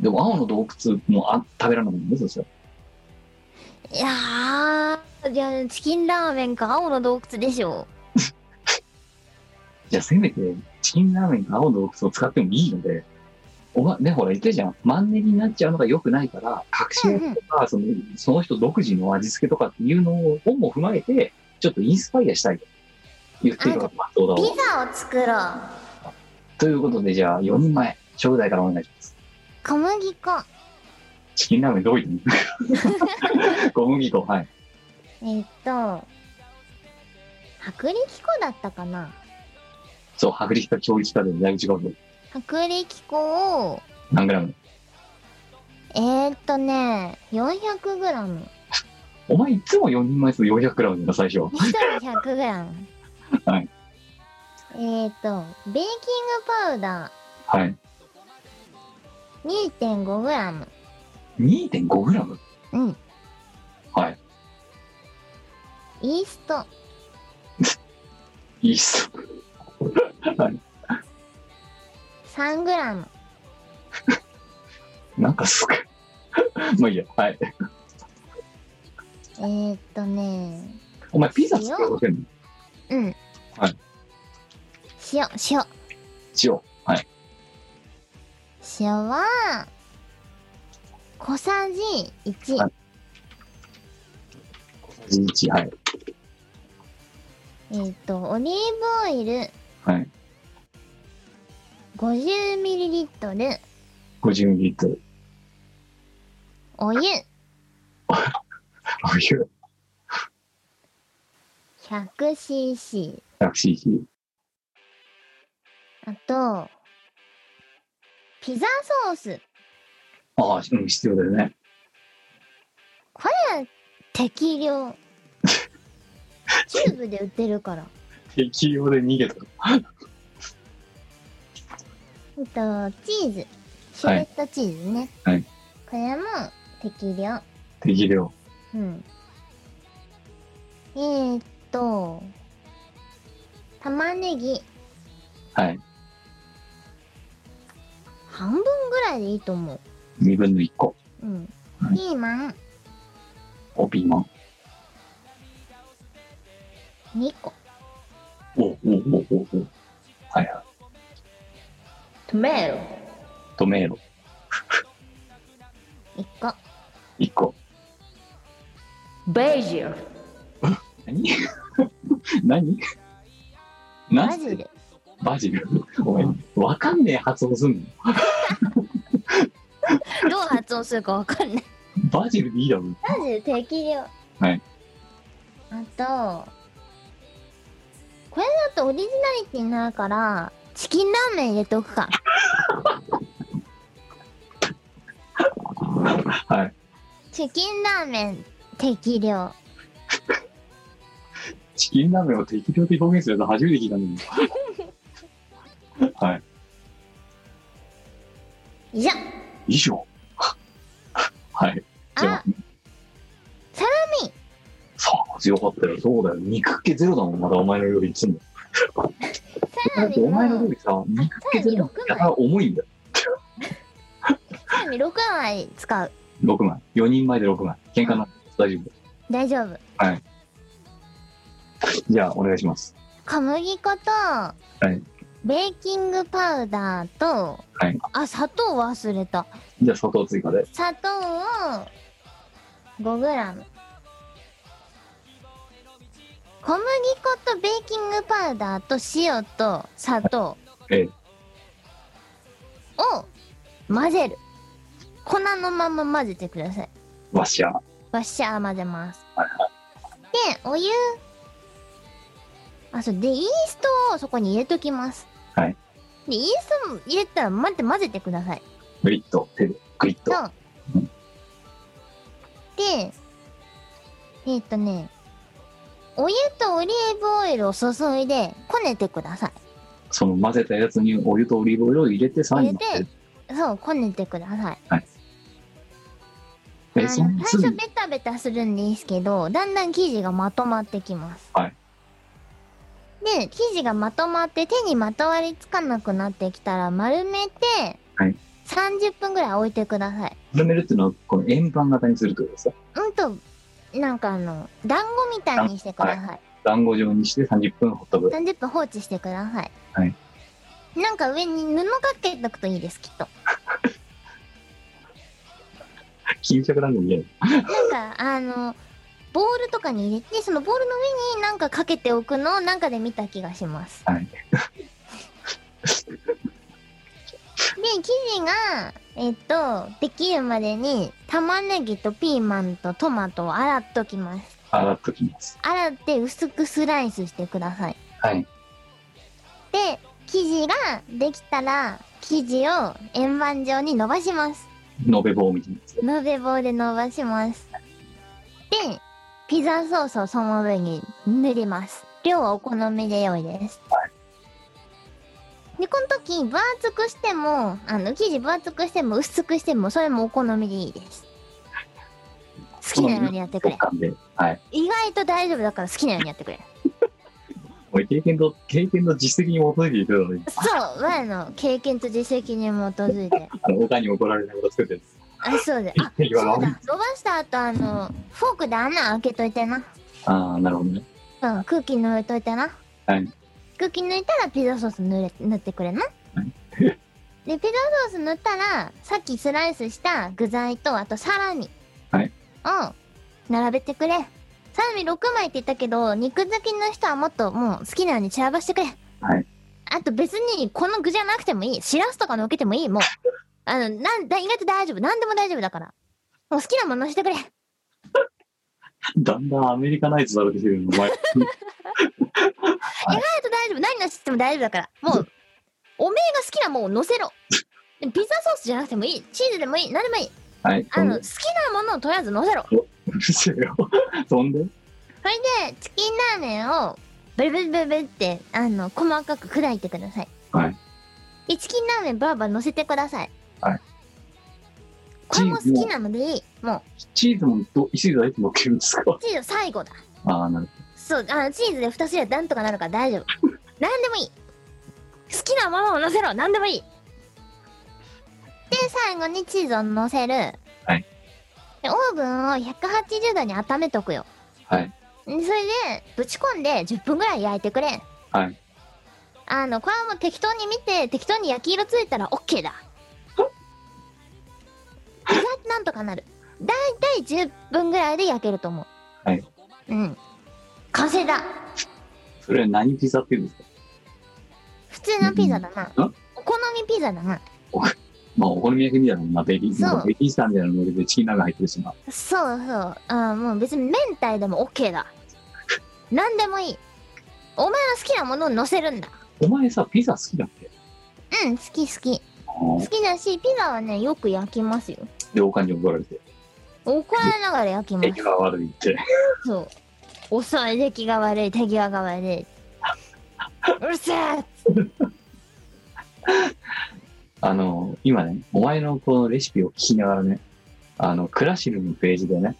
Speaker 3: でも青の洞窟もあ食べられないもんですよ
Speaker 1: いやー、いやチキンラーメンか青の洞窟でしょ。
Speaker 3: じゃあせめて、チキンラーメンと青の洞窟を使ってもいいので、お前、ね、ほら言ってるじゃん。マンネリになっちゃうのが良くないから、隠し味とか、その、その人独自の味付けとかっていうのを、本も踏まえて、ちょっとインスパイアしたいと言ってるのがまっとうだ
Speaker 1: ピ
Speaker 3: わ。
Speaker 1: ザを作ろう。
Speaker 3: ということで、じゃあ4人前、正代からお願いします。
Speaker 1: 小麦粉。
Speaker 3: チキンラーメンどういったの小麦粉、はい。
Speaker 1: えーっと、薄力粉だったかな
Speaker 3: そう、薄力か強力かでだいぶ違うぞ。
Speaker 1: 薄力粉を、
Speaker 3: 何グラム
Speaker 1: えーっとね、400g。
Speaker 3: お前いつも4人前する400グラムだよな、最初。
Speaker 1: 一人 100g。
Speaker 3: はい。
Speaker 1: えーっと、ベーキングパウダ
Speaker 3: はい。
Speaker 1: ー 2.5g。
Speaker 3: 2.5グラム
Speaker 1: うん。
Speaker 3: はい。
Speaker 1: イースト。
Speaker 3: いいっす。
Speaker 1: 3g。
Speaker 3: なんかすごい。 まあいいや、はい。
Speaker 1: えーっとね、
Speaker 3: お前ピザ作ろうとして
Speaker 1: う
Speaker 3: んの
Speaker 1: ん。
Speaker 3: はい。
Speaker 1: 塩、塩。
Speaker 3: 塩。はい。
Speaker 1: 塩は、小さじ1。
Speaker 3: はい小さじ1、はい。
Speaker 1: えっ、と、オリーブオイル
Speaker 3: はい。
Speaker 1: 50ml、
Speaker 3: 50ミリリットル。
Speaker 1: お湯
Speaker 3: お湯。
Speaker 1: 100cc、
Speaker 3: 100cc。
Speaker 1: あと、ピザソース。
Speaker 3: ああ、うん、必要だよね。
Speaker 1: 適 量。チューブで売ってるから。
Speaker 3: 適用で逃げた。
Speaker 1: えっと、チーズ。シュレッドチーズね。
Speaker 3: はい
Speaker 1: これも適量。
Speaker 3: 適量。
Speaker 1: うん。えー、っと、玉ねぎ
Speaker 3: はい。
Speaker 1: 半分ぐらいでいいと思う。
Speaker 3: 2分の1個。
Speaker 1: うん
Speaker 3: はい
Speaker 1: ピーマン
Speaker 3: おピーマン。
Speaker 1: 2個
Speaker 3: お、お、お、お、お。はいは
Speaker 1: トメロ
Speaker 3: い。トメーロ。
Speaker 1: 1個
Speaker 3: 1個。
Speaker 5: ベージル
Speaker 3: 何何 何
Speaker 1: バジル
Speaker 3: バジル。お前、わかんねえ発音すんの
Speaker 1: どう発音するかわかんない
Speaker 3: バジルでいいだろ。
Speaker 1: バジル適量
Speaker 3: はい
Speaker 1: あとこれだとオリジナリティになるからチキンラーメン入れとくか
Speaker 3: はい。
Speaker 1: チキンラーメン適量
Speaker 3: チキンラーメンを適量で表現するやつ初めて聞いたんだけど。はい。
Speaker 1: 以上
Speaker 3: 以上。 はい。じゃ
Speaker 1: あ
Speaker 3: あ、
Speaker 1: サラミ
Speaker 3: さあ、強かったよ。そうだよ。肉気ゼロだもん、まだお前の料理いつも。
Speaker 1: さ
Speaker 3: だ
Speaker 1: ら
Speaker 3: っ
Speaker 1: に
Speaker 3: てお前の料
Speaker 1: もう
Speaker 3: 理さ、肉気ゼロ
Speaker 1: あ
Speaker 3: やたら重いんだよ。
Speaker 1: さらに6枚使う
Speaker 3: 6枚。4人前で6枚。喧嘩なんで大丈夫。
Speaker 1: 大丈夫
Speaker 3: じゃあ、お願いします。
Speaker 1: 小麦粉と、
Speaker 3: い
Speaker 1: ベーキングパウダーと、
Speaker 3: はい
Speaker 1: あ砂糖忘れた
Speaker 3: じゃあ、砂糖追加で。
Speaker 1: 砂糖を 5g 小麦粉とベーキングパウダーと塩と砂糖
Speaker 3: ええ
Speaker 1: を混ぜる粉のまま混ぜてください
Speaker 3: わしゃ。
Speaker 1: わっしゃー混ぜます
Speaker 3: はい
Speaker 1: でお湯あそうでイーストをそこに入れときます
Speaker 3: はい
Speaker 1: でイーストも入れたら待って混ぜてください
Speaker 3: グイッと、手で、グイッと。
Speaker 1: ので、えっ、とね、お湯とオリーブオイルを注いで、こねてくださ
Speaker 3: その混ぜたやつにお湯とオリーブオイルを入れて、さらに
Speaker 1: 入れてい。そう、こねてください。あ
Speaker 3: え、
Speaker 1: の
Speaker 3: その
Speaker 1: 最初
Speaker 3: 次、
Speaker 1: ベタベタするんですけど、だんだん生地がまとまってきます。
Speaker 3: はい
Speaker 1: で、生地がまとまって手にまとわりつかなくなってきたら丸めて、
Speaker 3: はい
Speaker 1: 30分ぐらい置いてください。
Speaker 3: 丸めるっていうのは、この円盤型にするというかさ、
Speaker 1: うんと、なんかあの、団子みたいにしてください。
Speaker 3: 団子状にして30分ほっとく。
Speaker 1: 30分放置してください。
Speaker 3: はい。
Speaker 1: なんか上に布かけとくといいです、きっと。
Speaker 3: 巾着団子みたい
Speaker 1: なんか、あの、ボールとかに入れて、そのボールの上になんかかけておくのをなんかで見た気がします。
Speaker 3: は い
Speaker 1: で、生地が、えっと、できるまでに、玉ねぎとピーマンとトマトを洗っときます。
Speaker 3: な洗っときます。
Speaker 1: 洗って薄くスライスしてください。
Speaker 3: はい。
Speaker 1: で生地ができたら生地を円盤状に伸ばします
Speaker 3: 延べ棒みたいなやつ。
Speaker 1: 延べ棒で伸ばしますでピザソースをその上に塗ります量はお好みで良いです、でこの時分厚くしてもあの生地分厚くしても薄くしてもそれもお好みでいいです好きなようにやってくれ
Speaker 3: 食感で。はい。
Speaker 1: 意外と大丈夫だから好きなようにやってくれ
Speaker 3: もう経験と、経験の実績に基づいていたのに、
Speaker 1: そう我の経験と実績に基づいて
Speaker 3: あの、他に怒られないこと作ってるんです。
Speaker 1: あ、そうだ。あ、
Speaker 3: 言わな
Speaker 1: そうだ。伸ばした後、あの、フォークで穴開けといてな。
Speaker 3: ああ、なるほどね。
Speaker 1: うん、空気抜いといてな。
Speaker 3: はい。
Speaker 1: 空気抜いたらピザソース塗れ塗ってくれな。で、ピザソース塗ったら、さっきスライスした具材と、あとサラミ。
Speaker 3: はい。
Speaker 1: を、並べてくれ。サラミ6枚って言ったけど、肉好きの人はもっともう好きなように散らばしてくれ。
Speaker 3: はい。
Speaker 1: あと別にこの具じゃなくてもいい。しらすとかのっけてもいい。もう。あの、なんだ、意外と大丈夫。なんでも大丈夫だから。もう好きなものしてくれ。
Speaker 3: だんだんアメリカナイズされてきてるの、お 前。
Speaker 1: 意外と大丈夫。何のしても大丈夫だから。もう、おめえが好きなもんを乗せ ろ。でピザソースじゃなくてもいい。チーズでもいい。何でもいい。
Speaker 3: はい。
Speaker 1: あ
Speaker 3: そん
Speaker 1: の、
Speaker 3: で
Speaker 1: 好きなものをとりあえず乗せろ。
Speaker 3: うるせえよ。そんで
Speaker 1: それで、チキンラーメンを、ブルブルブルブルって、あの、細かく砕いてください。
Speaker 3: はい。
Speaker 1: で、チキンラーメンバーバー乗せてください。
Speaker 3: はい。
Speaker 1: これも好きなのでいい。も
Speaker 3: チーズもど、一緒に乗っけるんですか
Speaker 1: う、チーズ最後だ。
Speaker 3: ああ、なる
Speaker 1: そう、あの、チーズで二つやなんとかなるから大丈夫。なんでもいい。好きなものを乗せろ。なんでもいい。で、最後にチーズを乗せる。
Speaker 3: はい
Speaker 1: で。オーブンを180度に温めとくよ。
Speaker 3: はい。
Speaker 1: でそれで、ぶち込んで10分ぐらい焼いてくれ。
Speaker 3: はい。
Speaker 1: あの、これはもう適当に見て、適当に焼き色ついたら OK だ。意外となんとかなる。だいたい10分ぐらいで焼けると思う。
Speaker 3: はい。
Speaker 1: うん。完成だ。
Speaker 3: それは何ピザって言うんですか
Speaker 1: 普通のピザだな。
Speaker 3: うん
Speaker 1: お好みピザだな。
Speaker 3: まあ、お好み焼きみたいなの、まあ、ベビー、
Speaker 1: そう
Speaker 3: なんかベビースターみたいなのでチキンラーメン入ってるしな。
Speaker 1: そうそう。あーもう別に明太でも OK だ。何でもいい。お前の好きなものを乗せるんだ。
Speaker 3: お前さ、ピザ好きだっけ
Speaker 1: うん、好き好き。
Speaker 3: あ
Speaker 1: 好
Speaker 3: あ、
Speaker 1: きだし、ピザはね、よく焼きますよ。
Speaker 3: 洋館に怒られて。
Speaker 1: 怒られながら焼きま
Speaker 3: 出
Speaker 1: す
Speaker 3: 来。が悪いって。
Speaker 1: そう。遅い、出来が悪い、手際が悪い。うるせえ
Speaker 3: あの、今ね、お前のこのレシピを聞きながらね、あの、クラシルのページでね、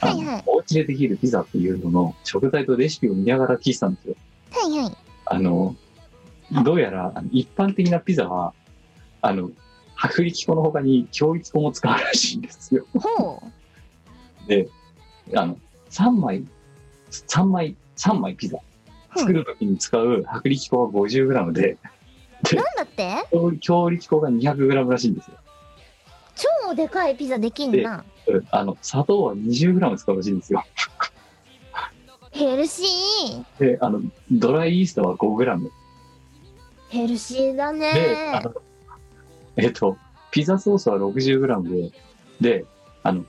Speaker 3: あ
Speaker 1: はいはい
Speaker 3: のお家でできるピザっていうのの食材とレシピを見ながら聞いてたんですよ。
Speaker 1: はいはい。
Speaker 3: あの、どうやらあの一般的なピザは、あの、薄力粉の他に強力粉も使うらしいんですよ。
Speaker 1: ほう。
Speaker 3: で、あの、3枚、3枚、三枚ピザ
Speaker 1: うん
Speaker 3: 作るときに使う薄力粉は 50g で、
Speaker 1: なんだって
Speaker 3: 強強力粉が 200g らしいんですよ。
Speaker 1: 超でかいピザできんな。
Speaker 3: うんあの、砂糖は 20g 使うらしいんですよ。
Speaker 1: ヘルシー。
Speaker 3: で、あの、ドライイーストは 5g。
Speaker 1: ヘルシーだ
Speaker 3: で、
Speaker 1: ね
Speaker 3: あ。の、えっと、ピザソースは 60g で、で、あの、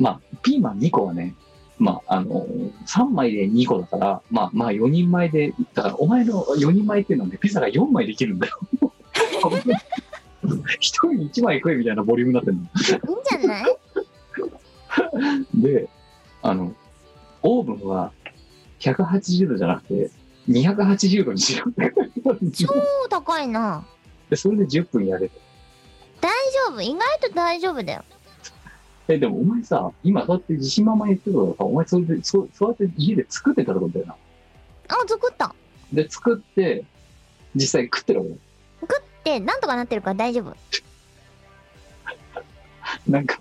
Speaker 3: まあ、ピーマン2個はね、まあ、あの、3枚で2個だから、まあ、まあ、4人前で、だから、お前の4人前っていうのはね、ピザが4枚できるんだよ。 一人1枚食えみたいなボリュームになってるの。
Speaker 1: いいんじゃない
Speaker 3: で、あの、オーブンは180度じゃなくて、280度にしろって言われて
Speaker 1: 超高いな。
Speaker 3: でそれで10分やれと。
Speaker 1: 大丈夫。意外と大丈夫だよ。
Speaker 3: え、でもお前さ、今そうやって自信満々に言ってるからさ、お前それで、そうそうやって家で作ってたってことだよな。
Speaker 1: あ、作った。
Speaker 3: で、作って、実際食ってるわけだよ
Speaker 1: で、なんとかなってるから大丈夫。
Speaker 3: なんか、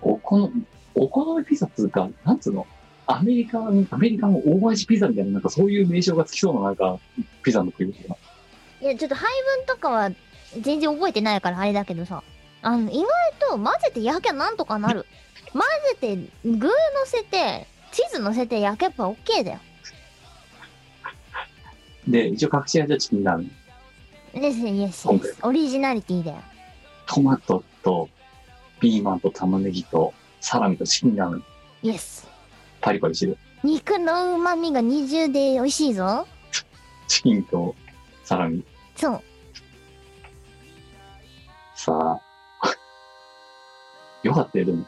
Speaker 3: お好み、お好みピザっつうか、なんつうのアメリカン、アメリカン大味ピザみたいな、なんかそういう名称がつきそうな、なんか、ピザの食い物が。
Speaker 1: いや、ちょっと配分とかは全然覚えてないからあれだけどさ。あの、意外と混ぜて焼きゃなんとかな る。混ぜて、具乗せて、チーズ乗せて焼けば OK だよ。
Speaker 3: で、一応隠し味はチキンラーメン。
Speaker 1: ですね、イエスイエス。オリジナリティだよ。
Speaker 3: トマトとピーマンと玉ねぎとサラミとチキンラーメン
Speaker 1: イエス。
Speaker 3: パリパリしてる
Speaker 1: 肉の旨味が二重で美味しいぞ。
Speaker 3: チキンとサラミ
Speaker 1: そう。
Speaker 3: さあ よかったよでも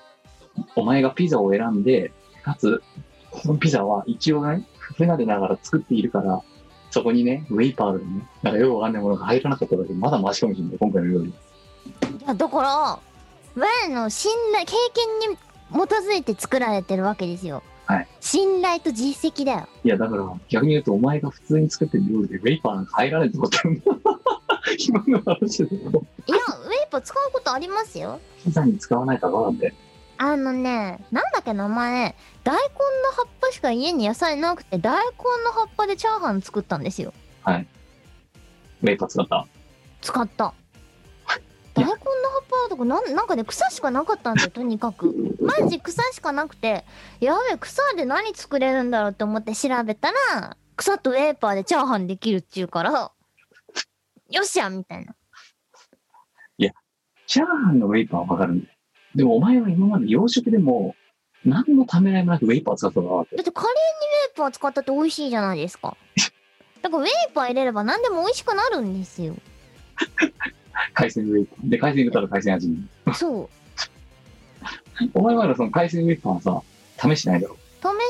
Speaker 3: お前がピザを選んでかつこのピザは一応ねふがれながら作っているからそこにねウェイパーでねなんかよくわかんないものが入らなかっただけでまだマシかもしれない今回の料理
Speaker 1: いや、だから、我の信頼、経験に基づいて作られてるわけですよ。
Speaker 3: はい
Speaker 1: 信頼と実績だよ。
Speaker 3: いやだから逆に言うとお前が普通に作ってる料理でウェイパーなんか入らないってことだよ 今の話で
Speaker 1: いや、ウェイパー使うことありますよ。
Speaker 3: ピザに使わないからどうだって
Speaker 1: あのね、なんだっけ名前、大根の葉っぱしか家に野菜なくて、大根の葉っぱでチャーハン作ったんですよ。
Speaker 3: ウェイパー使った
Speaker 1: 使った。
Speaker 3: い
Speaker 1: 大
Speaker 3: や
Speaker 1: 根の葉っぱとかなんなんかね草しかなかったんだよとにかくマジ草しかなくてやべえ草で何作れるんだろうと思って調べたら草とウェーパーでチャーハンできるっちゅうからよっしゃみたいな
Speaker 3: チャーハンのウェイパーはわかるんだよ。でもお前は今まで洋食でも、何のためらいもなくウェイパー使ってたなって
Speaker 1: だ。ってカレーにウェーパー使ったって美味しいじゃないです かだからウェーパー入れれば何でも美味しくなるんですよ
Speaker 3: 海鮮ウェイパー。で、海鮮食ったら海鮮味に。
Speaker 1: そう
Speaker 3: お前はその海鮮ウェイパーはさ、試してないだろ。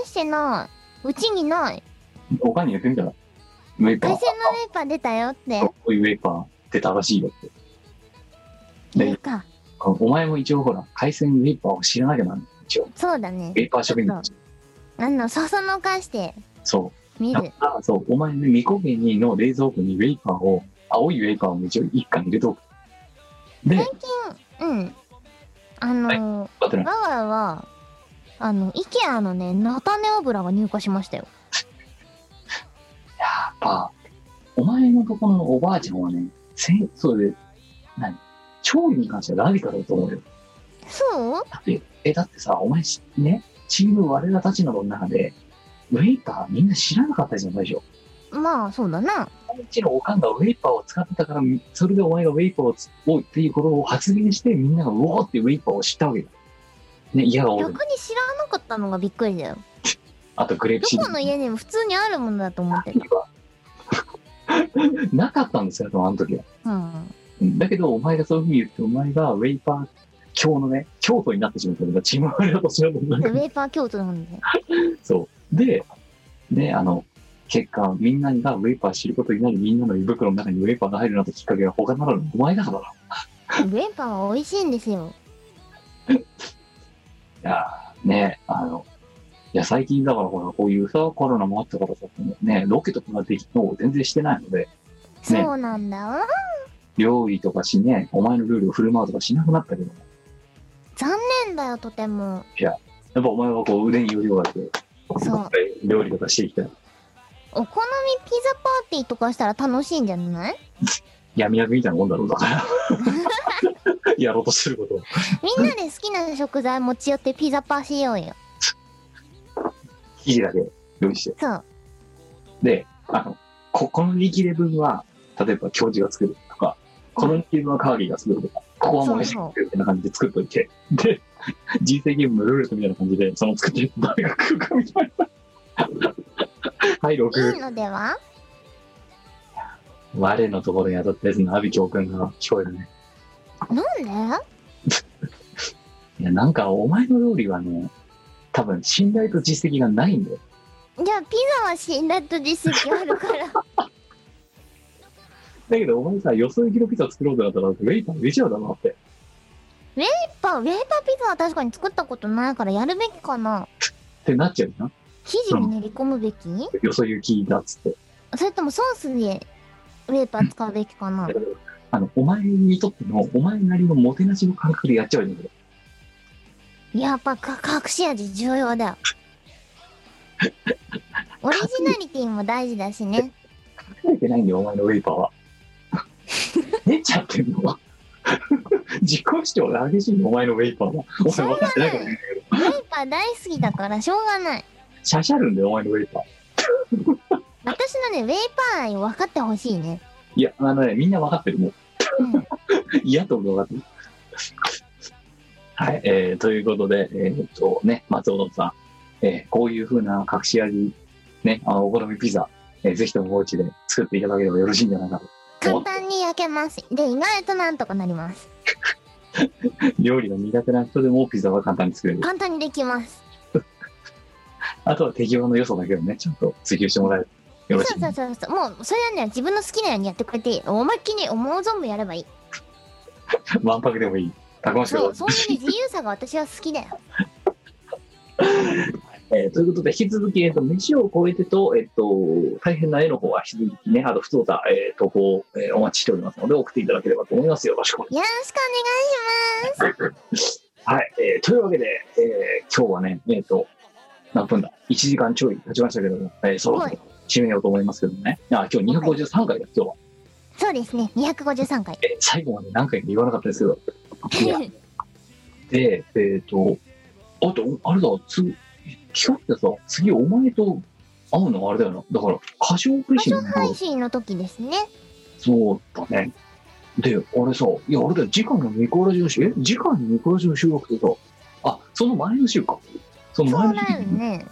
Speaker 1: 試してないうちにない
Speaker 3: おかんに言ってみたら、ウェイパー
Speaker 1: 海鮮、のウェーパー出たよって
Speaker 3: こういうウェイパー出たらしいよって。
Speaker 1: いい
Speaker 3: で、
Speaker 1: か
Speaker 3: お前も一応ほら、海鮮ウェイパーを知らなきゃなんない。一応、
Speaker 1: そうだね
Speaker 3: ウェイパー職人たち。
Speaker 1: あのそそのかして
Speaker 3: そう。
Speaker 1: 見
Speaker 3: だ
Speaker 1: る
Speaker 3: から、そう、お前ね、未公平にの冷蔵庫にウェイパーを、青いウェイパーを一応一貫入れとく。で、
Speaker 1: 最近、うん。あのー
Speaker 3: 待ってな
Speaker 1: 我が家は、あの、IKEA のね、菜種油が入荷しましたよ。
Speaker 3: やっぱ、お前のところのおばあちゃんはね、せんそうで、何調理に関してはラビカルだと思うよ。
Speaker 1: そう
Speaker 3: だって、え、だってさ、お前しね、チーム我らたちなどの中で、ウェイパーみんな知らなかったじゃん、最初。
Speaker 1: まあ、そうだな。
Speaker 3: うちのおかんがウェイパーを使ってたから、それでお前がウェイパーをつおうっていうことを発言して、みんながうおーってウェイパーを知ったわけだ。ね、嫌が多
Speaker 1: 逆
Speaker 3: い
Speaker 1: に。知らなかったのがびっくりだよ。
Speaker 3: あとグレープシ
Speaker 1: ど
Speaker 3: ー
Speaker 1: この家にも普通にあるものだと思って
Speaker 3: は なかったんですよ、あの時は。
Speaker 1: た。うん。
Speaker 3: だけど、お前がそういうふうに言って、お前がウェイパー、京のね、京都になってしまったのが、チームワールドし な
Speaker 1: ウェーパー京都なんで。
Speaker 3: そう。で、ね、あの、結果、みんながウェイパー知ることになり、みんなの胃袋の中にウェイパーが入るなってきっかけが他ならぬ、お前だから
Speaker 1: ウェーパーは美味しいんですよ。
Speaker 3: な。いやね、あの、いや、最近だからほら、こういうさ、コロナもあったからさ、ね、ロケとかができもう全然してないので、
Speaker 1: そうなんだわ。
Speaker 3: 料理とかしね、お前のルールを振る舞うとかしなくなったけど、
Speaker 1: 残念だよ、とても。
Speaker 3: やっぱお前はこう腕によりをあって、
Speaker 1: そう。
Speaker 3: 料理とかしていきたい。
Speaker 1: お好みピザパーティーとかしたら楽しいんじゃない
Speaker 3: 闇役みたいなもんだろうだから。やろうとしてることを。
Speaker 1: みんなで好きな食材持ち寄ってピザパーしようよ。
Speaker 3: 生地だけ用意して。
Speaker 1: そう。
Speaker 3: で、あの、ここの2切れ分は、例えば教授が作るとか、この2切れ分はカーリーが作るとか、ここはもう飯が作るみたいな感じで作っといて、で、人生ゲームのルーレットみたいな感じで、その作ってる誰が食うかみたいな。はい、
Speaker 1: いい
Speaker 3: 6。
Speaker 1: のでは
Speaker 3: 我のところに当たったやつの阿ビ教官が聞こえるね。
Speaker 1: なんで
Speaker 3: いや、なんかお前の料理はね、多分信頼と実績がないんだよ。
Speaker 1: じゃあピザは死んだと実績あるから。
Speaker 3: だけどお前さ、予想行きのピザ作ろうとなったら、ウェイパー出ちゃうだろって。
Speaker 1: やっぱウェーパーピザは確かに作ったことないからやるべきかな
Speaker 3: ってなっちゃうじゃん。
Speaker 1: 生地に練り込むべき、
Speaker 3: よそ行きだっつって。
Speaker 1: それともソースでウェーパー使うべきかな
Speaker 3: あの、お前にとっての、お前なりのもてなしの感覚でやっちゃうんだけど、
Speaker 1: やっぱか隠し味重要だよ。オリジナリティも大事だしね。
Speaker 3: 書いてないんだよ、お前のウェイパー は。出ちゃってんの 自己主張が激しいの、お前のウェイパーは。お前分かってないからね。
Speaker 1: ウェーパー大好きだからしょうがない。
Speaker 3: しゃしゃるんだよ、お前のウェイパー。
Speaker 1: 私のね、ウェーパー愛を分かってほしいね。
Speaker 3: いや、あのね、みんな分かってる、もう。
Speaker 1: うん。
Speaker 3: 嫌と思う分かってる。はい、えー、ということで、えーっとね、松尾さん、えーこういう風な隠し味、ね、あのお好みピザ、えーぜひともお家で作っていただければよろしいんじゃないかと。
Speaker 1: 簡単に焼けます。で、意外となんとかなります。
Speaker 3: 料理が苦手な人でもピザは簡単に作れる。
Speaker 1: 簡単にできます。
Speaker 3: あとは手際の良さだけをね、ちゃんと追求してもらえる。よ
Speaker 1: そ
Speaker 3: ろ
Speaker 1: うそ
Speaker 3: しい。
Speaker 1: うそうそう。もう、それはね、自分の好きなようにやってくれていい。思いっきり思う存分やればいい。
Speaker 3: ワンパクでもいい。たくましく
Speaker 1: そう、
Speaker 3: ださ
Speaker 1: そういう自由さが私は好きだよ。
Speaker 3: い。えーということで、引き続き、えっ、と、飯を超えてと、えっ、と、大変な絵の方は引き続きね、あと、不当た、えー、投稿、えーお待ちしておりますので、送っていただければと思います。よろしくお願いし
Speaker 1: よろしく
Speaker 3: ます。はい。えーというわけで、えー今日はね、えっ、と、何分だ ?1 時間ちょい経ちましたけども、えーそろそろ締めようと思いますけどもね。あ、今日253回だ、今日は。
Speaker 1: お願いします。そうですね、253回。
Speaker 3: えー最後まで何回か言わなかったですけど。いやで、えっ、と、あと、あれだ、次、ひょってさ、次お前と会うのあれだよな。だから、歌唱配信 の
Speaker 1: 配信の時ですね。
Speaker 3: そうだね。で、あれさ、いや、あれだよ、次回のミコラジの収え次回のミコラジの収録ってさ、あ、その前の週か。その
Speaker 1: そ
Speaker 3: 前
Speaker 1: う
Speaker 3: の
Speaker 1: だ
Speaker 3: 週
Speaker 1: よね。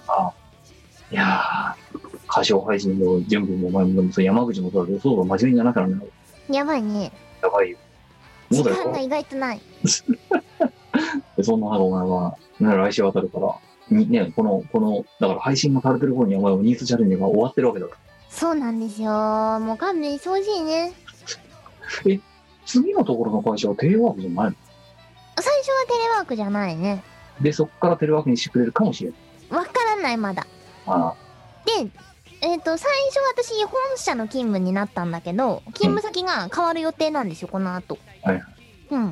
Speaker 3: いやー、歌唱配信の準備もお前もそう山口もそうだけど、そうだ、真面目にならなきゃならない。
Speaker 1: やばいね。
Speaker 3: やばいよ。そ
Speaker 1: 時
Speaker 3: うだ
Speaker 1: 間が
Speaker 3: よ。
Speaker 1: 意外とない。
Speaker 3: でそんな中、お前は、ね、来週あたるから、にね、この、この、だから配信がされてる頃にお前はニースチャレンジが終わってるわけだから
Speaker 1: そうなんですよ。もう勘弁してほしいね。
Speaker 3: 次のところの会社はテレワークじゃないの
Speaker 1: 最初はテレワークじゃないね。
Speaker 3: で、そこからテレワークにしてくれるかもしれない。
Speaker 1: わからない、まだ。
Speaker 3: あ
Speaker 1: で、えっ、と、最初私、本社の勤務になったんだけど、勤務先が変わる予定なんですよ、この後。
Speaker 3: はい
Speaker 1: うん。も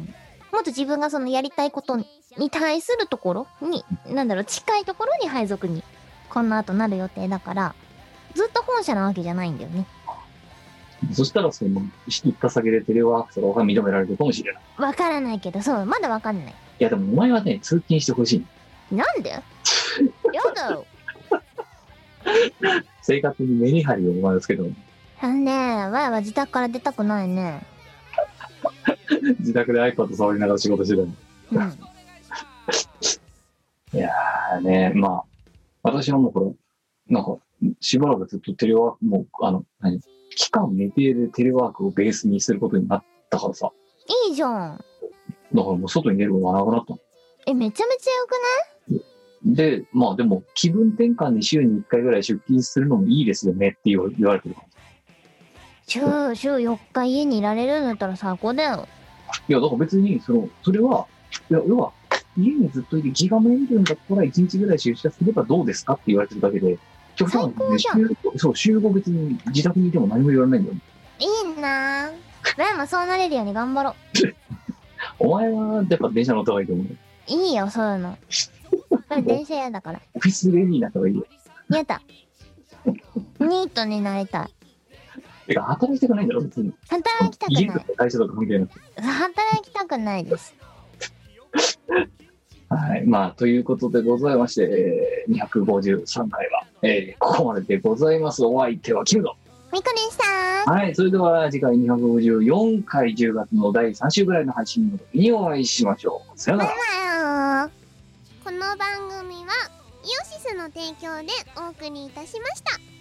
Speaker 1: っと自分のそのやりたいことに対するところに、なんだろう、近いところに配属に、この後なる予定だから、ずっと本社なわけじゃないんだよね。
Speaker 3: そしたら、その、行った先でテレワークとかが認められるかもしれない。
Speaker 1: わからないけど、そう、まだわかんない。
Speaker 3: いや、でもお前はね、通勤してほしい。
Speaker 1: なんでやだよ。
Speaker 3: 生活にメリハリをお前はつけても
Speaker 1: あのねえ、わいは自宅から出たくないね。
Speaker 3: 自宅で iPad 触りながら仕事してるの。
Speaker 1: うん。
Speaker 3: あーね、まあ、私はもうこれ、なんか、しばらくずっとテレワーク、もう、あの、何期間未定でテレワークをベースにすることになったからさ、
Speaker 1: いいじゃん。
Speaker 3: だからもう外に出ることがなくなったの
Speaker 1: え、めちゃめちゃよく
Speaker 3: で、まあでも、気分転換に週に1回ぐらい出勤するのもいいですよねって言わ言われてる。
Speaker 1: ない週、週4日家にいられるんだったら最高だよ。
Speaker 3: いや、だから別に、その、それは、いや、要は、家にずっといて気がめいるんだったら1日ぐらい出社すればどうですかって言われてるだけで、極端にね
Speaker 1: 最高じ
Speaker 3: 週そう、週5別に自宅にいても何も言われないんだよ。
Speaker 1: いいなぁ。ライもそうなれるように頑張ろう。
Speaker 3: お前はやっぱ電車乗った方がいいと思う。
Speaker 1: いいよ、そういうの。俺電車嫌だから。
Speaker 3: オフィスレディーになった方がいいよ。
Speaker 1: 嫌だ。ニートになりたい。
Speaker 3: てか、働きたくないんだろ、別に。
Speaker 1: 働きたく
Speaker 3: 家
Speaker 1: な
Speaker 3: とか会社とか関係なくて。
Speaker 1: い。働きたくないです。
Speaker 3: はい。まあ、ということでございまして、えー253回は、えーここまででございます。お相手はキムド。
Speaker 1: みこでした
Speaker 3: はい。それでは次回254回10月の第3週ぐらいの配信の時にお会いしましょう。さよなら。
Speaker 1: バイバイこの番組はイオシスの提供でお送りいたしました。